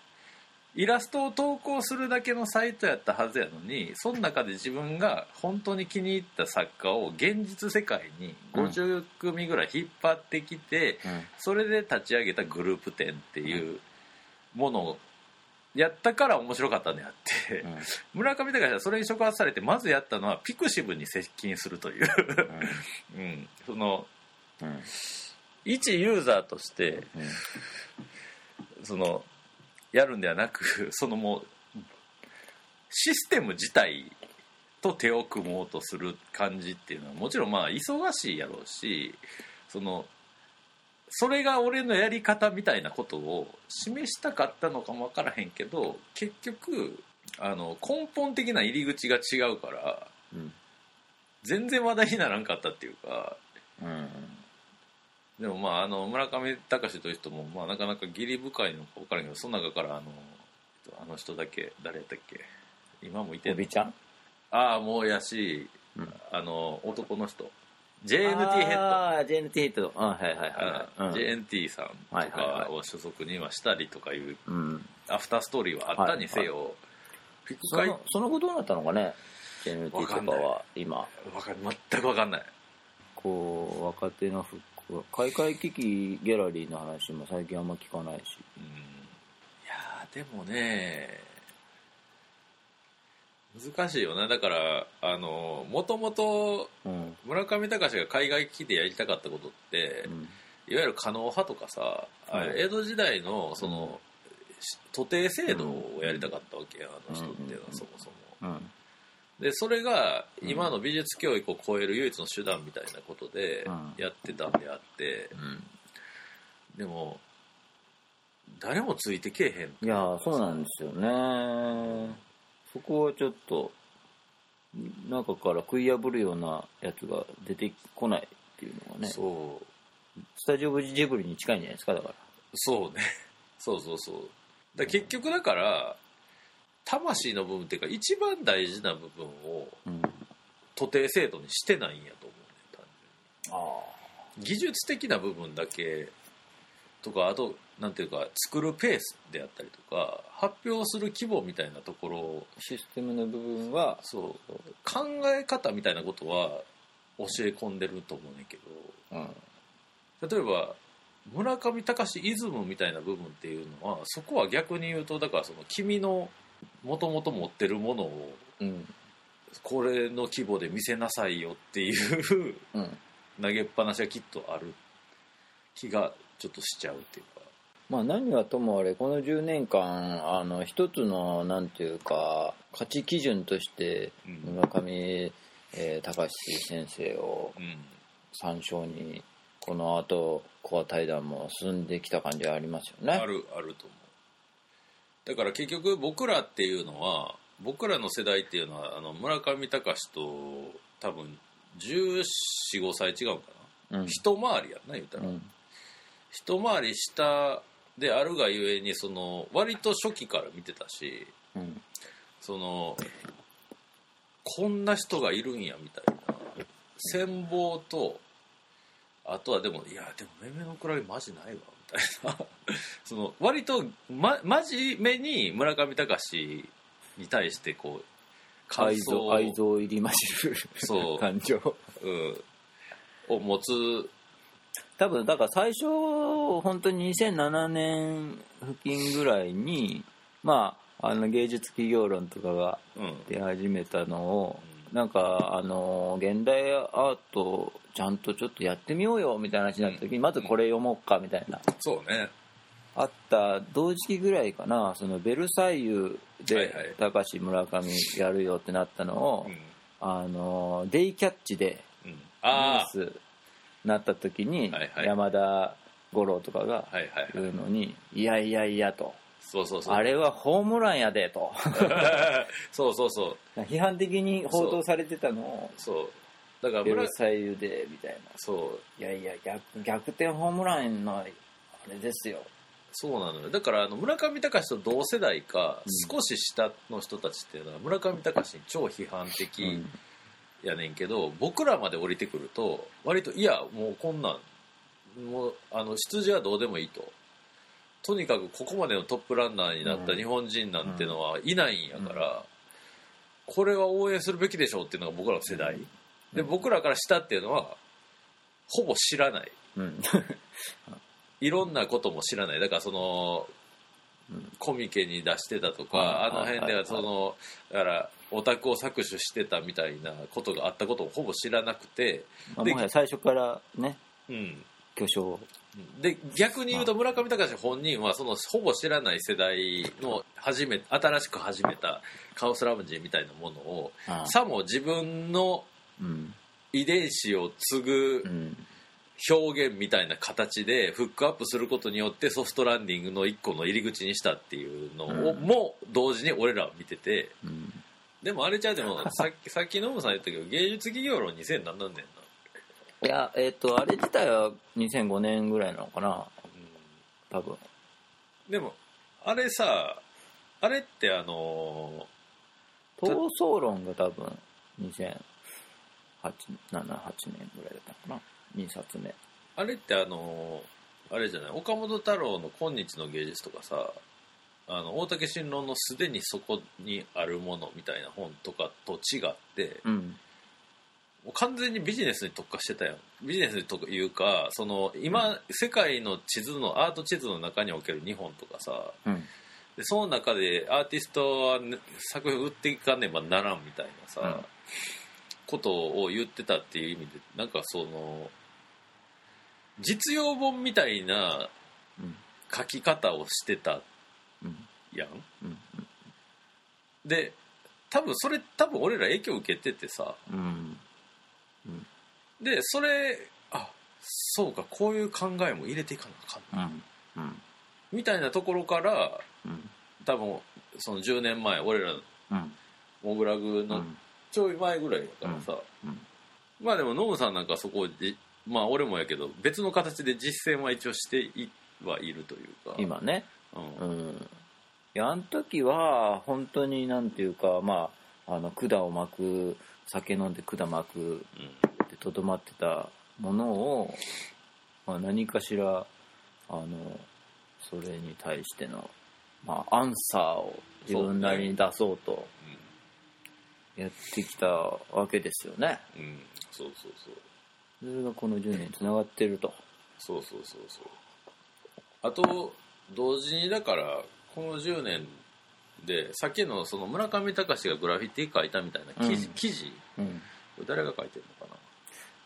Speaker 2: イラストを投稿するだけのサイトやったはずやのにその中で自分が本当に気に入った作家を現実世界に50組ぐらい引っ張ってきて、
Speaker 1: うん
Speaker 2: それで立ち上げたグループ展っていうものをやったから面白かったんであって、
Speaker 1: うん
Speaker 2: 村上隆はそれに触発されてまずやったのはピクシブに接近するという、うん、その
Speaker 1: うん
Speaker 2: 一ユーザーとして
Speaker 1: うん
Speaker 2: その やるんではなくそのもうシステム自体と手を組もうとする感じっていうのはもちろんまあ忙しいやろうしそのそれが俺のやり方みたいなことを示したかったのかも分からへんけど結局あの根本的な入り口が違うから
Speaker 1: うん
Speaker 2: 全然話題にならんかったっていうか
Speaker 1: うん
Speaker 2: でもまああの村上隆という人もまあなかなか義理深いのか分からんけどその中からあのあの人だけ誰やったっけ今もいて
Speaker 1: お
Speaker 2: んの
Speaker 1: びちゃん
Speaker 2: ああもうやし、
Speaker 1: うん
Speaker 2: あの男の人 JNT ヘッド
Speaker 1: ああ JNT ヘッドあはいはいはい、はい
Speaker 2: JNT さん
Speaker 1: はい
Speaker 2: と
Speaker 1: はいは
Speaker 2: か
Speaker 1: い
Speaker 2: を所属にはしたりとかいう
Speaker 1: うんうん、
Speaker 2: アフターストーリーはあったにせよ、フィ
Speaker 1: そ
Speaker 2: ク
Speaker 1: のその後どうなったのかね JNT と
Speaker 2: わかん
Speaker 1: か
Speaker 2: ない
Speaker 1: は今
Speaker 2: わかん全く分かんない
Speaker 1: こう若手の復興開会危機ギャラリーの話も最近あんま聞かないし
Speaker 2: うんいやーでもね難しいよなだからあのもともと
Speaker 1: うん
Speaker 2: 村上隆が海外機でやりたかったことって、
Speaker 1: うん
Speaker 2: いわゆる狩野派とかさ、あれ
Speaker 1: うん
Speaker 2: 江戸時代のその、し徒弟制度をやりたかったわけやあの人っていうのは
Speaker 1: うん
Speaker 2: そもそも。
Speaker 1: うん
Speaker 2: でそれが今の美術教育を超える唯一の手段みたいなことで
Speaker 1: うん
Speaker 2: やってたんであって、でも誰もついてけえへん
Speaker 1: いやーそうなんですよねそこはちょっと中から食い破るようなやつが出てこないっていうのがねス
Speaker 2: そう
Speaker 1: タジオブジブリに近いんじゃないですかだから
Speaker 2: そうね そうそうそうだから結局だから魂の部分っていうか一番大事な部分を
Speaker 1: うん
Speaker 2: 徒弟制度にしてないんやと思うね単純に
Speaker 1: ああ
Speaker 2: 技術的な部分だけとかあとなんていうか作るペースであったりとか発表する規模みたいなところ
Speaker 1: システムの部分は
Speaker 2: そう考え方みたいなことは教え込んでると思うねんけ
Speaker 1: うん
Speaker 2: ど例えば村上隆イズムみたいな部分っていうのはそこは逆に言うとだからその君のもともと持ってるものを
Speaker 1: うん
Speaker 2: これの規模で見せなさいよっていう
Speaker 1: うん
Speaker 2: 投げっぱなしがきっとある気がちょっとしちゃうっていうか。
Speaker 1: まあ何はともあれこの10年間あの一つのなんていうか価値基準として
Speaker 2: うん
Speaker 1: 村上、えー隆先生を
Speaker 2: うん
Speaker 1: 参照にこの後コア対談も進んできた感じはありますよ
Speaker 2: あ
Speaker 1: ね。
Speaker 2: るあると思うだから結局僕らっていうのは僕らの世代っていうのはあの村上隆と多分1415歳違うか
Speaker 1: うん
Speaker 2: な一回りやんな言うた
Speaker 1: う
Speaker 2: ら、
Speaker 1: ん
Speaker 2: 一回り下であるがゆえにその割と初期から見てたし
Speaker 1: うん
Speaker 2: そのこんな人がいるんやみたいな戦望とあとはでもいやでもめめのくらいマジないわみたいな その割と、ま、真面目に村上隆に対してこう感
Speaker 1: 愛
Speaker 2: 想
Speaker 1: 憎
Speaker 2: を
Speaker 1: 愛憎入りまじる
Speaker 2: そう
Speaker 1: 感情
Speaker 2: うんを持つ
Speaker 1: 多分だから最初本当に2007年付近ぐらいにまああの芸術企業論とかが
Speaker 2: うん
Speaker 1: 出始めたのをなんかあの現代アートちゃんとちょっとやってみようよみたいな話になった時にまずこれ読もうかみたいな
Speaker 2: そうね
Speaker 1: あった同時期ぐらいかなそのベルサイユ
Speaker 2: はい
Speaker 1: で
Speaker 2: はい
Speaker 1: 高橋村上やるよってなったのを、
Speaker 2: うん、
Speaker 1: あのデイキャッチで
Speaker 2: うん、
Speaker 1: ニュー
Speaker 2: あ
Speaker 1: スなった時に
Speaker 2: はいはい
Speaker 1: 山田五郎とかが
Speaker 2: あはいはいはい
Speaker 1: 言うのに「いやいやいや」と
Speaker 2: そうそう
Speaker 1: 「
Speaker 2: そう
Speaker 1: あれはホームランやで」と
Speaker 2: そうそうそう
Speaker 1: 批判的に報道されてたのを
Speaker 2: そうだから
Speaker 1: ベ
Speaker 2: 村
Speaker 1: ルサイユでみたいな
Speaker 2: そう
Speaker 1: いやいや逆逆転ホームランのあれですよ
Speaker 2: そうなのよだからあの村上隆と同世代か
Speaker 1: うん
Speaker 2: 少し下の人たちっていうのは村上隆に超批判的やねんけど、僕らまで降りてくると割といやもうこんなんもうあの出自はどうでもいいととにかくここまでのトップランナーになった
Speaker 1: うん
Speaker 2: 日本人なんてのはいないんやから、これは応援するべきでしょうっていうのが僕らの世代、
Speaker 1: うん
Speaker 2: で僕らから下っていうのはほぼ知らない
Speaker 1: うん
Speaker 2: いろんなことも知らないだからその、
Speaker 1: うん
Speaker 2: コミケに出してたとか、
Speaker 1: はい
Speaker 2: あの辺で
Speaker 1: はい
Speaker 2: はその、だからオタクを搾取してたみたいなことがあったことをほぼ知らなくて
Speaker 1: まあ
Speaker 2: で
Speaker 1: もはや最初からね
Speaker 2: うん
Speaker 1: 巨匠
Speaker 2: で逆に言うと村上隆本人はそのほぼ知らない世代の初め新しく始めたカオスラムジーみたいなものを
Speaker 1: あ
Speaker 2: さも自分の
Speaker 1: うん
Speaker 2: 遺伝子を継ぐ
Speaker 1: うん
Speaker 2: 表現みたいな形でフックアップすることによってソフトランディングの一個の入り口にしたっていうのを、
Speaker 1: うん
Speaker 2: も同時に俺らは見てて
Speaker 1: うん
Speaker 2: でもあれちゃうでもさっきさっきノムさん言ったけど芸術企業論2007年な、うん
Speaker 1: いやえっ、とあれ自体は2005年ぐらいなのかな多分
Speaker 2: でもあれさあれってあの
Speaker 1: 闘争論が多分2008 7 8年ぐらいだったのかな2冊目
Speaker 2: あれってあのあれじゃない岡本太郎の「今日の芸術」とかさあの大竹新郎のすでにそこにあるものみたいな本とかと違って
Speaker 1: うん
Speaker 2: もう完全にビジネスに特化してたよビジネスにというかその今、世界の地図のアート地図の中における日本とかさ
Speaker 1: うん
Speaker 2: でその中でアーティストはね、作品を売っていかねばならんみたいなさ、
Speaker 1: うん
Speaker 2: ことを言ってたっていう意味でなんかその実用本みたいな
Speaker 1: うん
Speaker 2: 書き方をしてた
Speaker 1: うん
Speaker 2: やん
Speaker 1: うん
Speaker 2: で多分それ多分俺ら影響受けててさ、
Speaker 1: うん
Speaker 2: でそれあそうかこういう考えも入れていかなあかんな
Speaker 1: うんうん
Speaker 2: みたいなところから
Speaker 1: うん
Speaker 2: 多分その10年前俺ら
Speaker 1: うん
Speaker 2: モグラグ
Speaker 1: う
Speaker 2: の
Speaker 1: ん
Speaker 2: ちょい前ぐらいだからさ、
Speaker 1: うんうん
Speaker 2: まあでもノブさんなんかそこをじまあ俺もやけど別の形で実践は一応していはいるというか
Speaker 1: 今ね
Speaker 2: うん
Speaker 1: うんいやあの時は本当になんていうかまああの管を巻く酒飲んで管巻くでとどまってたものを、まあ、何かしらあのそれに対しての、まあ、アンサーを自分なりに出そうとやってきたわけですよね。
Speaker 2: うん、うん、そうそうそう
Speaker 1: それがこの10年につながってると。
Speaker 2: そうそうそうそうあと同時にだからこの10年でさっきのその村上隆がグラフィティ書いたみたいな記事,、
Speaker 1: うん
Speaker 2: 記事
Speaker 1: うん、
Speaker 2: これ誰が書いてるのかな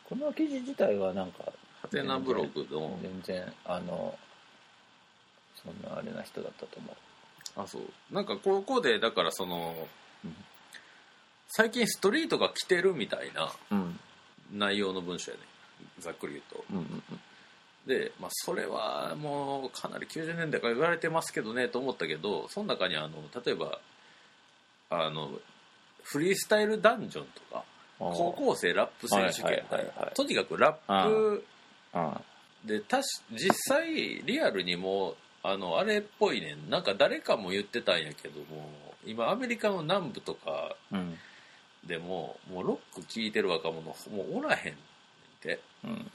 Speaker 1: この記事自体はなんか
Speaker 2: ハテナブログの
Speaker 1: 全然あのそんなあれな人だったと思う。
Speaker 2: あそうなんかここでだからその、
Speaker 1: うん
Speaker 2: 最近ストリートが来てるみたいな
Speaker 1: うん
Speaker 2: 内容の文章やねざっくり言うと
Speaker 1: うんうん
Speaker 2: で、まあ、それはもうかなり90年代から言われてますけどねと思ったけどその中にあの例えばあのフリースタイルダンジョンとか
Speaker 1: あー
Speaker 2: 高校生ラップ選手権みた
Speaker 1: はいいはいはい
Speaker 2: な
Speaker 1: はい
Speaker 2: とにかくラップ
Speaker 1: あ
Speaker 2: でたし実際リアルにもうあのあれっぽいねなんか誰かも言ってたんやけども今アメリカの南部とか
Speaker 1: ーうん
Speaker 2: でももうロック聴いてる若者もうおらへんって
Speaker 1: うん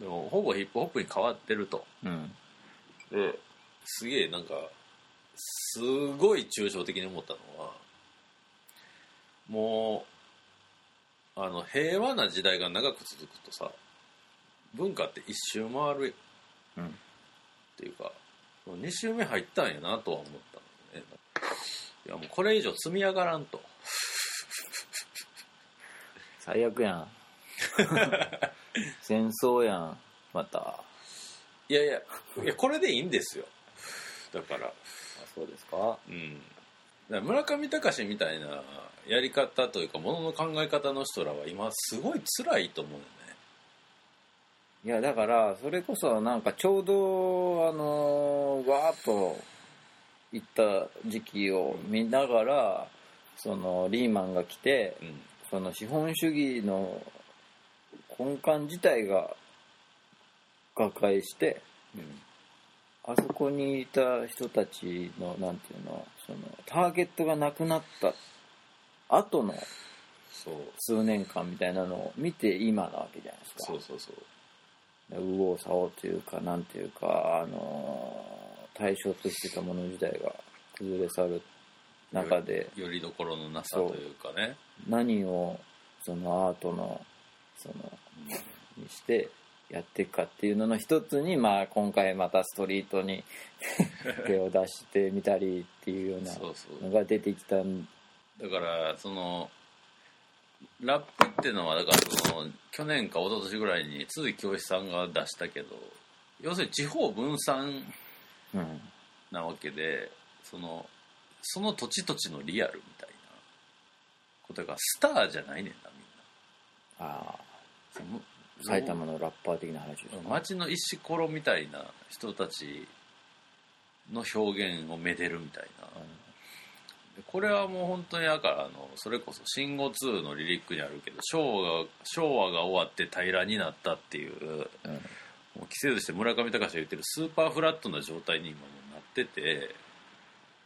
Speaker 2: でもほぼヒップホップに変わってると。
Speaker 1: うん
Speaker 2: ですげえなんかすごい抽象的に思ったのはもうあの平和な時代が長く続くとさ文化って一周回る
Speaker 1: うん
Speaker 2: っていうか2周目入ったんやなとは思ったのねいやもうこれ以上積み上がらんと
Speaker 1: 最悪 やん戦争やんまたあ
Speaker 2: いやいやいやこれでいいんですよだから
Speaker 1: そうですか
Speaker 2: うん、だから村上隆みたいなやり方というかものの考え方の人らは今すごい辛いと思うよね
Speaker 1: いやだからそれこそなんかちょうどあのーわーっと行った時期を見ながらそのリーマンが来て
Speaker 2: うん
Speaker 1: その資本主義の根幹自体が瓦解してあそこにいた人たちのなんていうのそのターゲットがなくなった後の
Speaker 2: そう
Speaker 1: 数年間みたいなのを見て今なわけじゃないですか。
Speaker 2: そうそうそう
Speaker 1: 右往左往というかなんていうか、あのー対象としてたもの自体が崩れ去る中で
Speaker 2: よりどころのなさというかね
Speaker 1: 何をそのアートのそのにしてやっていくかっていうのの一つに、まあ、今回またストリートに 手を出してみたりっていうよう
Speaker 2: そう
Speaker 1: な
Speaker 2: そ
Speaker 1: の
Speaker 2: う
Speaker 1: が出てきたん
Speaker 2: だからそのラップっていうのはだからその去年か一昨年ぐらいに都築教一さんが出したけど要するに地方分散
Speaker 1: うん
Speaker 2: なわけでそのその土地土地のリアルみたいなことがスターじゃないねんなみんな
Speaker 1: ああ
Speaker 2: その
Speaker 1: 埼玉のラッパー的な話ですか
Speaker 2: 街の石ころみたいな人たちの表現をめでるみたいな、でこれはもう本当にだからあのそれこそ「信号2」のリリックにあるけど昭和が昭和が終わって平らになったっていう
Speaker 1: うん
Speaker 2: もう季節として村上隆が言ってるスーパーフラットな状態に今もうなってて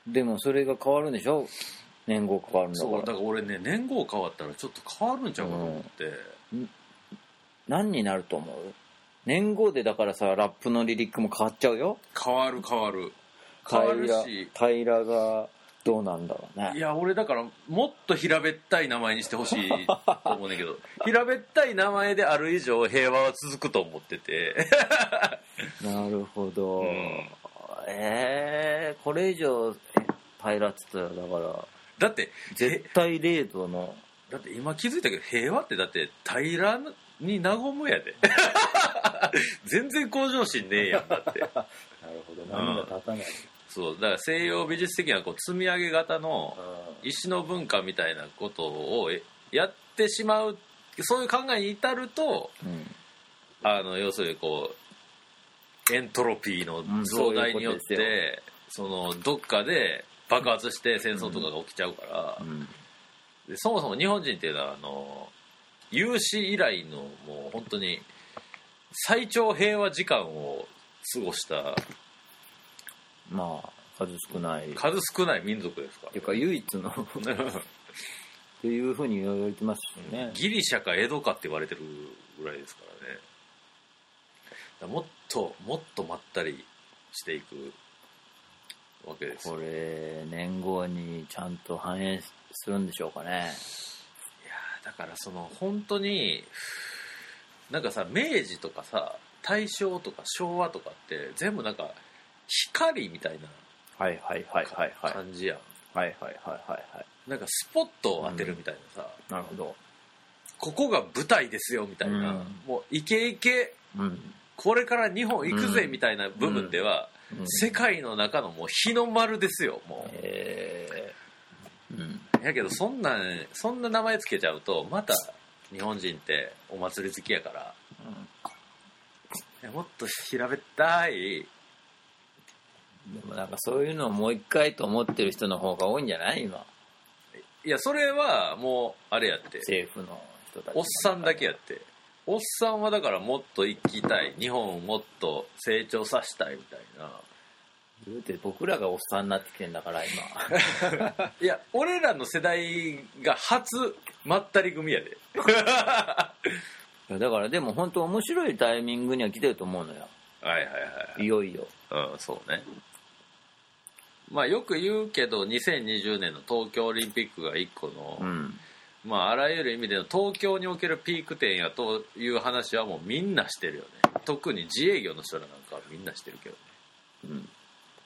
Speaker 1: でもそれが変わるんでしょ年号変わるんだ
Speaker 2: そうだ
Speaker 1: か
Speaker 2: からら俺ね年号変わったらちょっと変わるんちゃうかと思って、
Speaker 1: 何になると思う年号でだからさラップのリリックも変わっちゃうよ
Speaker 2: 変わる変わる変わるし
Speaker 1: 平平がどうなんだろうね
Speaker 2: いや俺だからもっと平べったい名前にしてほしいと思うねんだけど平べったい名前である以上平和は続くと思ってて
Speaker 1: なるほど、
Speaker 2: うん
Speaker 1: えー、これ以上平らっつったらだから
Speaker 2: だってえ
Speaker 1: 絶対0度の
Speaker 2: だって今気づいたけど平和ってだって平らに和むやで 全然向上心ねえやんだって
Speaker 1: なるほど
Speaker 2: 波が立
Speaker 1: たない、
Speaker 2: そうだから西洋美術的なこう積み上げ型の石の文化みたいなことをえやってしまうそういう考えに至ると
Speaker 1: うん
Speaker 2: あの要するにこうエントロピーの増大によっ
Speaker 1: うんそう
Speaker 2: て、そのどっかで爆発して戦争とかが起きちゃうから、
Speaker 1: うん
Speaker 2: でそもそも日本人っていうのはあの有史以来のもう本当に最長平和時間を過ごした
Speaker 1: まあ数少ないっ
Speaker 2: 数少ない民族ですか
Speaker 1: ていうか唯一の っ
Speaker 2: ら、
Speaker 1: ていうふうに言われてますしね
Speaker 2: ギリシャか江戸かって言われてるぐらいですからねだからもっともっとまったりしていくわけですよ
Speaker 1: これ年号にちゃんと反映するんでしょうかね
Speaker 2: いやーだからその本当になんかさ明治とかさ大正とか昭和とかって全部なんか光みたい
Speaker 1: はいはいはい
Speaker 2: なか感じやん、
Speaker 1: はいはいはいはいは
Speaker 2: なんかスポットを当てるみたいなさ、
Speaker 1: いなるほど
Speaker 2: ここが舞台ですよみたいな、
Speaker 1: うん
Speaker 2: もうイケイケ
Speaker 1: うん、
Speaker 2: これから日本行くぜみたいな部分では、
Speaker 1: うん、
Speaker 2: 世界の中のもう日の丸ですよも
Speaker 1: えーうん
Speaker 2: うやけどそんなんそんな名前つけちゃうとまた日本人ってお祭り好きやからいやもっと平べったい
Speaker 1: でもなんかそういうのをもう一回と思ってる人の方が多いんじゃない今
Speaker 2: いやそれはもうあれやって
Speaker 1: 政府の人たち
Speaker 2: おっさんだけやっておっさんはだからもっと生きたい日本をもっと成長させたいみたいな
Speaker 1: 言うて僕らがおっさんになってきてんだから 今
Speaker 2: いや俺らの世代が初まったり組やで
Speaker 1: いやだからでも本当面白いタイミングには来てると思うのよ
Speaker 2: はいはい
Speaker 1: いよいよ
Speaker 2: はいうんそうねまあよく言うけど2020年の東京オリンピックが一個の、
Speaker 1: うん
Speaker 2: まああらゆる意味での東京におけるピーク点やという話はもうみんなしてるよね特に自営業の人らなんかはみんなしてるけど
Speaker 1: うん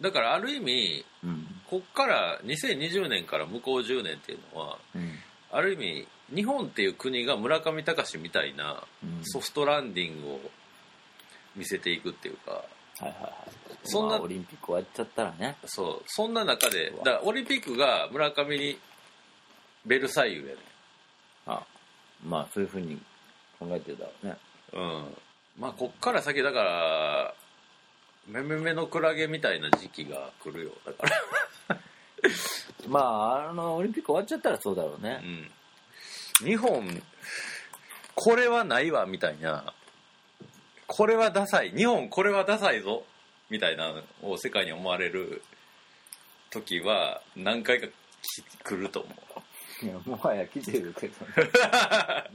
Speaker 2: だからある意味
Speaker 1: うん
Speaker 2: こっから2020年から向こう10年っていうのは
Speaker 1: うん
Speaker 2: ある意味日本っていう国が村上隆みたいな
Speaker 1: うん
Speaker 2: ソフトランディングを見せていくっていうか
Speaker 1: はいはいはい
Speaker 2: そんな
Speaker 1: まあオリンピック終わっちゃったらね
Speaker 2: そうそんな中でだからオリンピックが村上にベルサイユやね
Speaker 1: あまあそういうふうに考えてるだろうね
Speaker 2: うんまあこっから先だからめめめのクラゲみたいな時期が来るよだから
Speaker 1: まああのオリンピック終わっちゃったらそうだろうね
Speaker 2: うん、日本これはないわみたいなこれはダサい日本これはダサいぞみたいなのを世界に思われる時は何回かき来ると思
Speaker 1: いやもはや来てるけど ね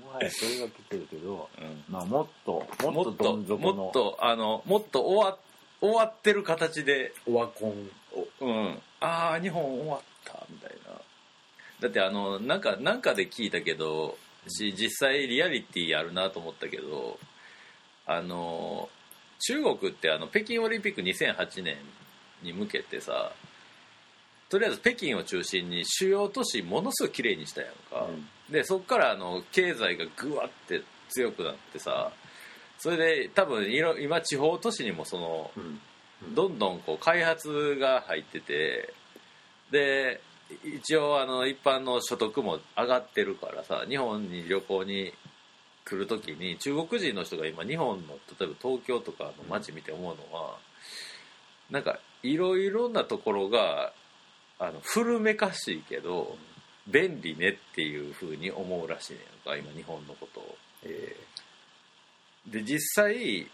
Speaker 1: もはやそれが来てるけど
Speaker 2: う、うん
Speaker 1: まあもっとも
Speaker 2: も
Speaker 1: っと
Speaker 2: っ
Speaker 1: ど
Speaker 2: と
Speaker 1: ん底の
Speaker 2: もっとあのもっと終わ終わってる形で
Speaker 1: オワコン
Speaker 2: おうん、ああ日本終わったみたいなだってあのなんかなんかで聞いたけどし実際リアリティあるなと思ったけどあの中国ってあの北京オリンピック2008年に向けてさとりあえず北京を中心に主要都市ものすごい綺麗にしたやんか、でそっからあの経済がぐわって強くなってさそれで多分いろ今地方都市にもその
Speaker 1: うん
Speaker 2: どんどんこう開発が入っててで一応あの一般の所得も上がってるからさ日本に旅行に来る時に中国人の人が今日本の例えば東京とかの街見て思うのは、なんかいろいろなところがあの古めかしいけど便利ねっていうふうに思うらしいねんか今日本のことを。
Speaker 1: え
Speaker 2: で実際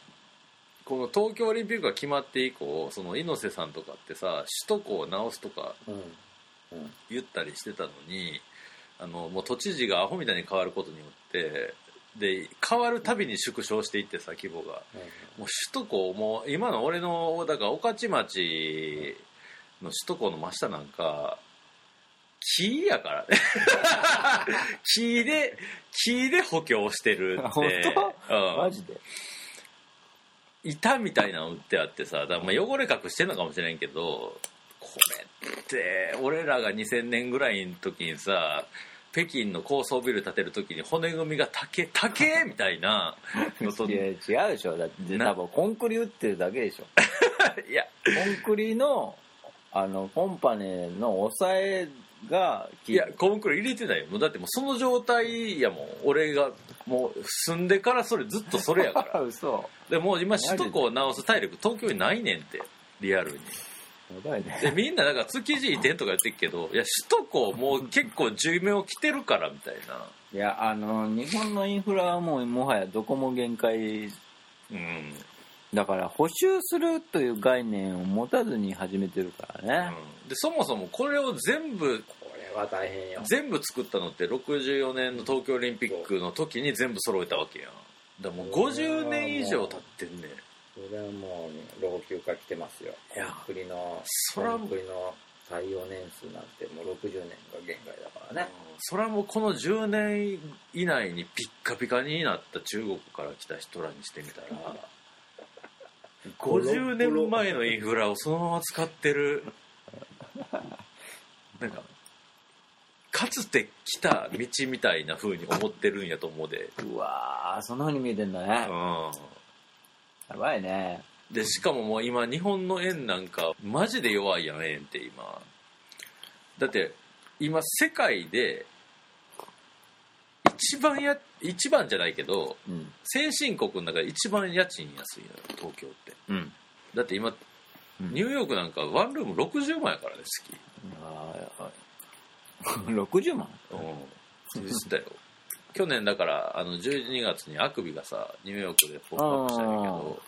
Speaker 2: この東京オリンピックが決まって以降その猪瀬さんとかってさ首都高を直すとか
Speaker 1: ーうんうん
Speaker 2: 言ったりしてたのにあのもう都知事がアホみたいに変わることによってで変わるたびに縮小していってさ規模がもう首都高もう今の俺のだから御徒町の首都高の真下なんか木やからね木で木で補強してるって
Speaker 1: 本
Speaker 2: うん、
Speaker 1: マジで
Speaker 2: 板みたいなの売ってあってさだからまあ汚れ隠してんのかもしれんけどこれって俺らが2000年ぐらいの時にさ北京の高層ビル建てる時に骨組みが竹竹みたいなのと
Speaker 1: いや
Speaker 2: い
Speaker 1: 違うでしょだって
Speaker 2: な
Speaker 1: 多分コンクリ打ってるだけで しょ
Speaker 2: や
Speaker 1: コンクリのあのコンパネの抑えが効
Speaker 2: いやコンクリ入れてないよもうだってもうその状態やもん俺がもう住んでからそれずっとそれやから
Speaker 1: 嘘
Speaker 2: でもう今首都高を直す体力東京にないねんってリアルに
Speaker 1: やばいね
Speaker 2: でみんなだから築地移転とか言ってるけどいや首都高もう結構寿命来てるからみたいない
Speaker 1: やあの日本のインフラはもうもはやどこも限界
Speaker 2: うん、
Speaker 1: だから補修するという概念を持たずに始めてるからね、
Speaker 2: でそもそもこれを全部
Speaker 1: これは大変よ
Speaker 2: 全部作ったのって64年の東京オリンピックの時に全部揃えたわけやんだからもう50年以上経ってんねん
Speaker 1: それはもう老朽化来てますよ
Speaker 2: いや
Speaker 1: コンクリの
Speaker 2: そら
Speaker 1: コンクリの耐用年数なんてもう60年が限界だからね
Speaker 2: それはもうこの10年以内にピッカピカになった中国から来た人らにしてみたら50年前のインフラをそのまま使ってる なんかかつて来た道みたいな風に思ってるんやと思うで、
Speaker 1: うわーそんな風に見えてんだね、
Speaker 2: う
Speaker 1: やばいね
Speaker 2: ん、でしかももう今日本の円なんかマジで弱いやん円って今だって今世界で一番や一番じゃないけど
Speaker 1: うん
Speaker 2: 先進国の中で一番家賃安いのよ東京って
Speaker 1: うん
Speaker 2: だって今ニューヨークなんかワンルーム60万やからね
Speaker 1: あーや ばい60万
Speaker 2: 好きうん言 ってたよ去年だからあの12月にあくびがさニューヨークでポップアップしたんやけど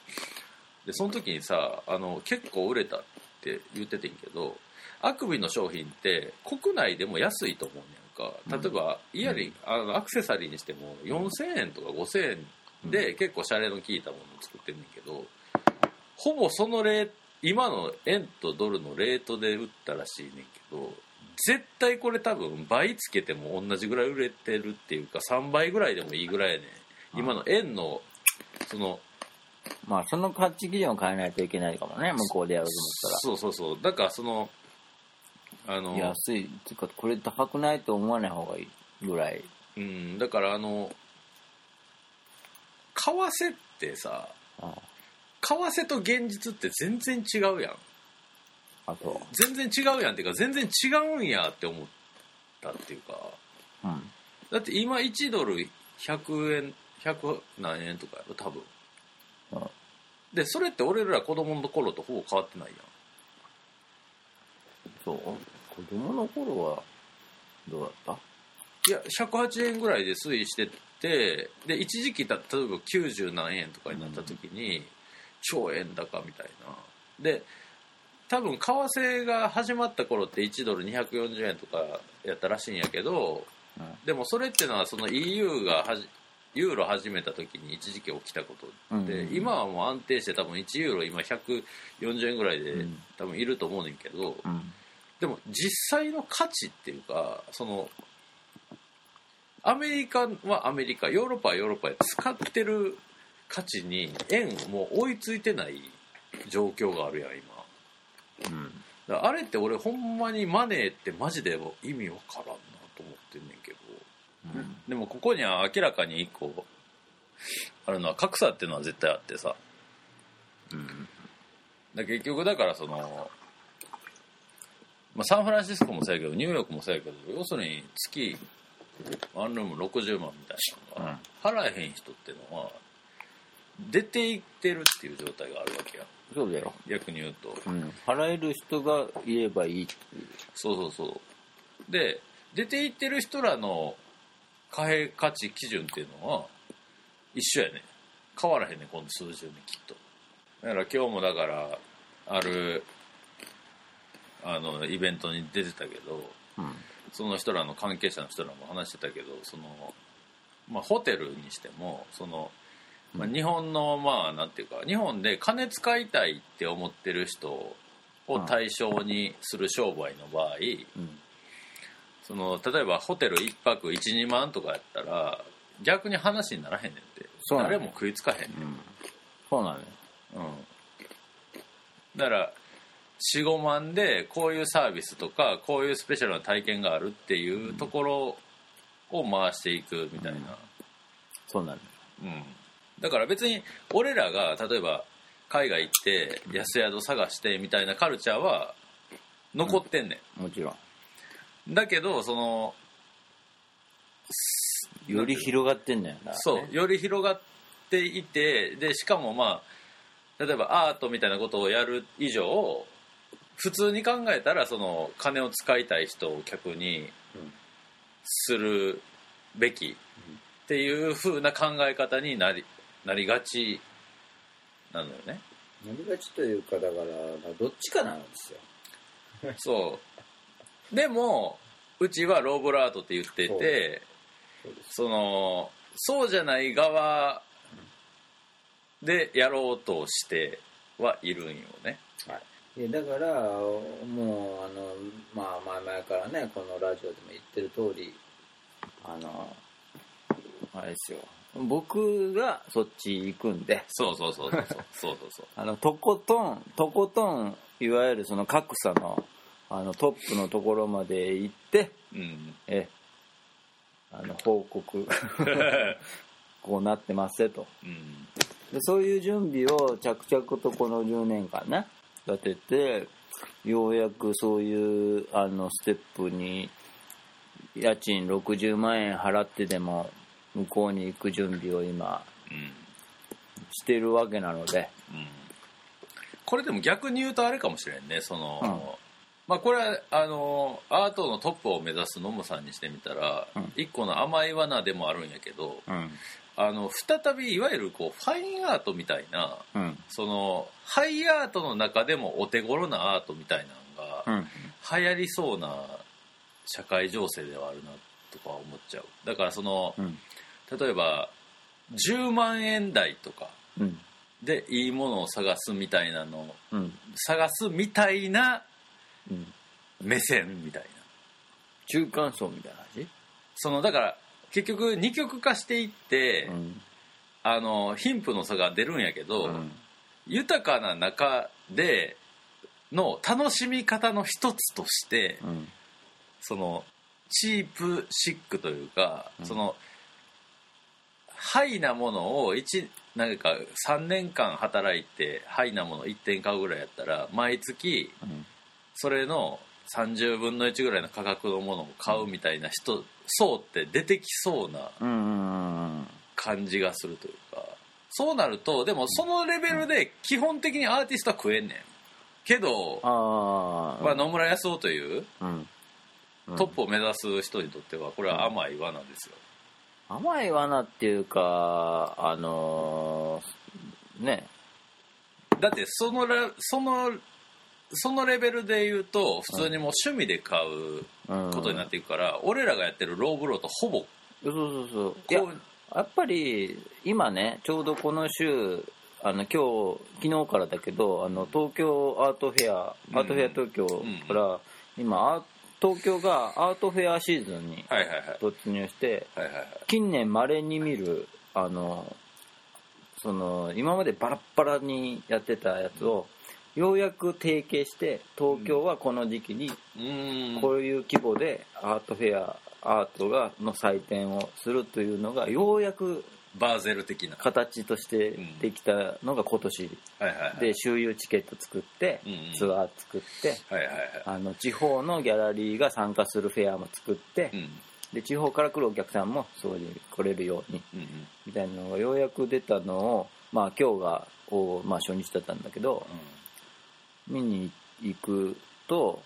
Speaker 2: でその時にさあの結構売れたって言っててんけどあくびの商品って国内でも安いと思うねんか例えばイヤリング、あのアクセサリーにしても4000円とか5000円で結構シャレの効いたものを作ってんねんけどほぼそのレ今の円とドルのレートで売ったらしいねんけど絶対これ多分倍つけても同じぐらい売れてるっていうか3倍ぐらいでもいいぐらいやねん今の円のその
Speaker 1: まあその価値基準を変えないといけないかもね向こうでやろうと
Speaker 2: そうそうそうだからそのあ
Speaker 1: 思ったら
Speaker 2: の
Speaker 1: 安いっていうかこれ高くないと思わない方がいいぐらい
Speaker 2: うんだからあの為替ってさ
Speaker 1: あ
Speaker 2: 為替と現実って全然違うやん
Speaker 1: あと
Speaker 2: 全然違うやんっていうか全然違うんやって思ったっていうか
Speaker 1: うん
Speaker 2: だって今1ドル100円100何円とかやろ多分
Speaker 1: うん
Speaker 2: でそれって俺ら子供の頃とほぼ変わってないやん
Speaker 1: そう子供の頃はどうだっ
Speaker 2: いや108円ぐらいで推移してってで一時期だ例えば90何円とかになった時に、超円高みたいなで多分為替が始まった頃って1ドル240円とかやったらしいんやけど、
Speaker 1: うん
Speaker 2: でもそれってのはその EU がはじユーロ始めた時に一時期起きたこと
Speaker 1: たうん
Speaker 2: で、今はもう安定して多分1ユーロ今140円ぐらいで
Speaker 1: うん
Speaker 2: 多分いると思うねんけど、
Speaker 1: うん
Speaker 2: でも実際の価値っていうかそのアメリカはアメリカヨーロッパはヨーロッパで使ってる価値に円をもう追いついてない状況があるやん今
Speaker 1: うん
Speaker 2: だだからあれって俺ほんまにマネーってマジで意味わからんなと思ってんねんけど
Speaker 1: うん
Speaker 2: でもここには明らかに一個あるのは格差っていうのは絶対あってさ
Speaker 1: うん
Speaker 2: だ結局だからその、まあ、サンフランシスコもそうやけどニューヨークもそうやけど要するに月ワンルーム60万みたいなのが、払えへん人ってのは出ていってるっていう状態があるわけや
Speaker 1: そうだよ、
Speaker 2: 逆に言うと
Speaker 1: うん、払える人がいればいいっていう
Speaker 2: そうそうそうで出ていってる人らの貨幣価値基準っていうのは一緒やね変わらへんねこの数十年きっとだから今日もだからあるあのイベントに出てたけど
Speaker 1: うん
Speaker 2: その人らの関係者の人らも話してたけどその、まあ、ホテルにしてもその、まあ、日本のまあなんていうか日本で金使いたいって思ってる人を対象にする商売の場合、
Speaker 1: うん
Speaker 2: その例えばホテル1泊12万とかやったら逆に話にならへんねんって
Speaker 1: そうなの
Speaker 2: 誰も食いつかへんね
Speaker 1: うんそうなのよ
Speaker 2: ん、うん、だから45万でこういうサービスとかこういうスペシャルな体験があるっていうところを回していくみたいな、
Speaker 1: そうなのよ
Speaker 2: うん、だから別に俺らが例えば海外行って安宿探してみたいなカルチャーは残ってんね
Speaker 1: もちろん
Speaker 2: ん、だけどその
Speaker 1: より広がってんだよな
Speaker 2: そうより広がっていてでしかもまあ例えばアートみたいなことをやる以上普通に考えたらその金を使いたい人を客に
Speaker 1: うん
Speaker 2: するべきっていう風な考え方になりなりがちなのよね。
Speaker 3: なりがちというかだからどっちかなんですよ
Speaker 2: そうでもうちはローブラートって言ってて
Speaker 3: そうです
Speaker 2: そのそうじゃない側でやろうとしてはいるんよね
Speaker 3: いやだからもうあのまあ前々からねこのラジオでも言ってる通りあの
Speaker 1: あれですよ僕がそっち行くんで
Speaker 2: そうそうそうそうそうそう そう
Speaker 1: あのとことんとことんいわゆるその格差のあのトップのところまで行って
Speaker 2: そううん
Speaker 1: えあの報告こうなってますと
Speaker 2: うん
Speaker 1: でそういう準備を着々とこの10年間ね立ててようやくそういうあのステップに家賃60万円払ってでも向こうに行く準備を今
Speaker 2: うん
Speaker 1: してるわけなので
Speaker 2: うんこれでも逆に言うとあれかもしれんねその、まあこれはあのアートのトップを目指すノムさんにしてみたら、
Speaker 1: うん
Speaker 2: 一個の甘い罠でもあるんやけど
Speaker 1: うん
Speaker 2: あの再びいわゆるこうファインアートみたいな
Speaker 1: うん
Speaker 2: そのハイアートの中でもお手頃なアートみたいなのが
Speaker 1: うん
Speaker 2: 流行りそうな社会情勢ではあるなとか思っちゃうだからその
Speaker 1: うん
Speaker 2: 例えば10万円台とか
Speaker 1: うん
Speaker 2: でいいものを探すみたいなの
Speaker 1: うん
Speaker 2: 探すみたいな
Speaker 1: うん
Speaker 2: 目線みたいな
Speaker 1: 中間層みたいな話
Speaker 2: そのだから結局二極化していって、
Speaker 1: ん
Speaker 2: あの貧富の差が出るんやけど、豊かな中での楽しみ方の一つとして、
Speaker 1: うん
Speaker 2: そのチープシックというか、
Speaker 1: うん
Speaker 2: そのハイなものを一なんか3年間働いてハイなもの1点買うぐらいやったら毎月
Speaker 1: うん
Speaker 2: それの30分の1ぐらいの価格のものを買うみたいな人層って出てきそうな
Speaker 1: うん
Speaker 2: 感じがするというかそうなるとでもそのレベルで基本的にアーティストは食えんねんけど、
Speaker 1: ああ
Speaker 2: まあ、野村康夫という
Speaker 1: うん
Speaker 2: トップを目指す人にとってはこれは甘い罠ですよ、
Speaker 1: 甘い罠っていうかあのーね
Speaker 2: だってそのレそのそのレベルで言うと普通にもう趣味で買う
Speaker 1: うん
Speaker 2: ことになっていくから、俺らがやってるローブローとほぼこ
Speaker 1: そうそうそう
Speaker 2: う
Speaker 1: いややっぱり今ねちょうどこの週あの今日昨日からだけどあの東京アートフェア、
Speaker 2: うん
Speaker 1: アートフェア東京から、今アー東京がアートフェアシーズンに
Speaker 2: はいはいはい
Speaker 1: 突入して
Speaker 2: はいはいはい
Speaker 1: 近年まれに見るあのその今までバラッバラにやってたやつをようやく提携して東京はこの時期に
Speaker 2: うん
Speaker 1: こういう規模でアートフェアアートがの祭典をするというのがようやく
Speaker 2: バーゼル的な
Speaker 1: 形としてできたのが今年
Speaker 2: はいはいはい
Speaker 1: で周遊チケット作って
Speaker 2: うんうん
Speaker 1: ツアー作って
Speaker 2: はいはいはい
Speaker 1: あの地方のギャラリーが参加するフェアも作って
Speaker 2: うん
Speaker 1: で地方から来るお客さんもそういう来れるように
Speaker 2: うんうん
Speaker 1: みたいなのがようやく出たのをまあ今日がこうまあ初日だったんだけど見に行くと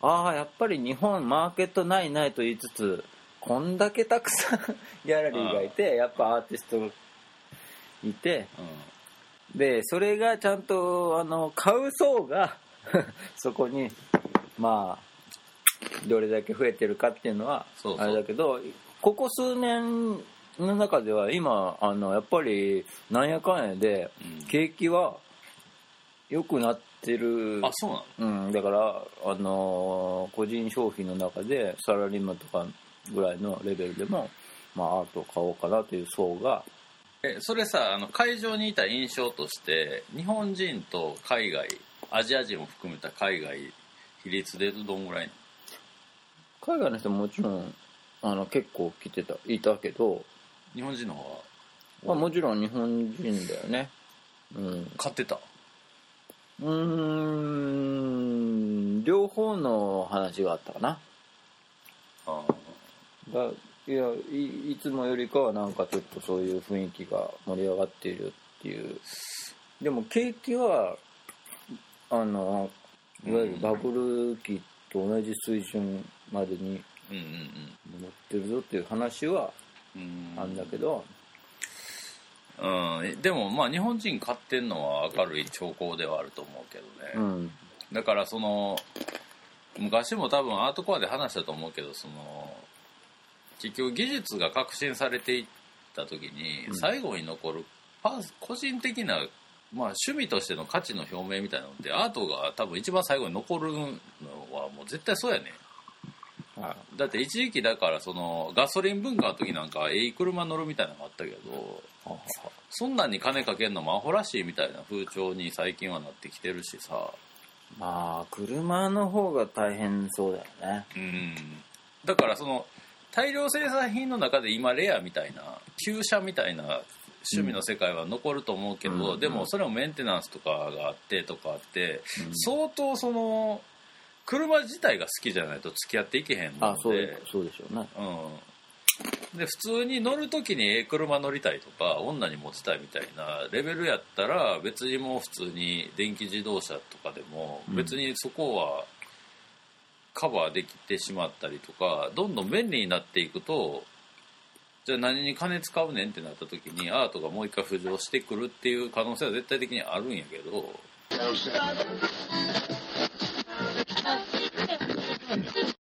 Speaker 1: ああやっぱり日本マーケットないないと言いつつこんだけたくさん ギャラリーがいてやっぱアーティストがいて
Speaker 2: うんうん
Speaker 1: でそれがちゃんとあの買う層が そこにまあどれだけ増えてるかっていうのは
Speaker 2: そうそう
Speaker 1: あれだけどここ数年の中では今あのやっぱりなんやかんやで
Speaker 2: うん
Speaker 1: 景気は良くなってる
Speaker 2: あそうなの
Speaker 1: うん、だから、あのー個人消費の中でサラリーマンとかぐらいのレベルでも、まあ、アートを買おうかなという層が
Speaker 2: えそれさあの会場にいた印象として日本人と海外アジア人も含めた海外比率でどんぐらい
Speaker 1: 海外の人ももちろんあの結構来てたいたけど、
Speaker 2: 日本人の方は
Speaker 1: まあ、もちろん日本人だよねうん
Speaker 2: 買ってた
Speaker 1: うーん両方の話があったかな
Speaker 2: あ
Speaker 1: だいやいいつもよりかはなんかちょっとそういう雰囲気が盛り上がっているっていうでも景気はあのいわゆるバブル期と同じ水準までに
Speaker 2: うんうん
Speaker 1: 戻ってるぞっていう話は
Speaker 2: うん
Speaker 1: あんだけど、
Speaker 2: うんえでもまあ日本人買ってんのは明るい兆候ではあると思うけどね、
Speaker 1: うん、
Speaker 2: だからその昔も多分アートコアで話したと思うけどその結局技術が革新されていった時に
Speaker 1: うん
Speaker 2: 最後に残るパー個人的な、まあ、趣味としての価値の表明みたいなのってアートが多分一番最後に残るのはもう絶対そうやね
Speaker 1: あ
Speaker 2: だって一時期だからそのガソリン文化の時なんかえい車乗るみたいなのがあったけど
Speaker 1: あ
Speaker 2: そんなんに金かけんのもアホらしいみたいな風潮に最近はなってきてるしさ
Speaker 1: まあ車の方が大変そうだよね
Speaker 2: うんだからその大量生産品の中で今レアみたいな旧車みたいな趣味の世界は残ると思うけど、
Speaker 1: うん
Speaker 2: でもそれもメンテナンスとかがあってとかあって、
Speaker 1: うん
Speaker 2: 相当その車自体が好きじゃないと付き合っていけへん
Speaker 1: あ
Speaker 2: の
Speaker 1: そう
Speaker 2: で
Speaker 1: そうでしょうね
Speaker 2: うん、で普通に乗る時にええ車乗りたいとか女に持ちたいみたいなレベルやったら別にもう普通に電気自動車とかでも
Speaker 1: うん
Speaker 2: 別にそこはカバーできてしまったりとかどんどん便利になっていくとじゃあ何に金使うねんってなった時にアートがもう一回浮上してくるっていう可能性は絶対的にあるんやけど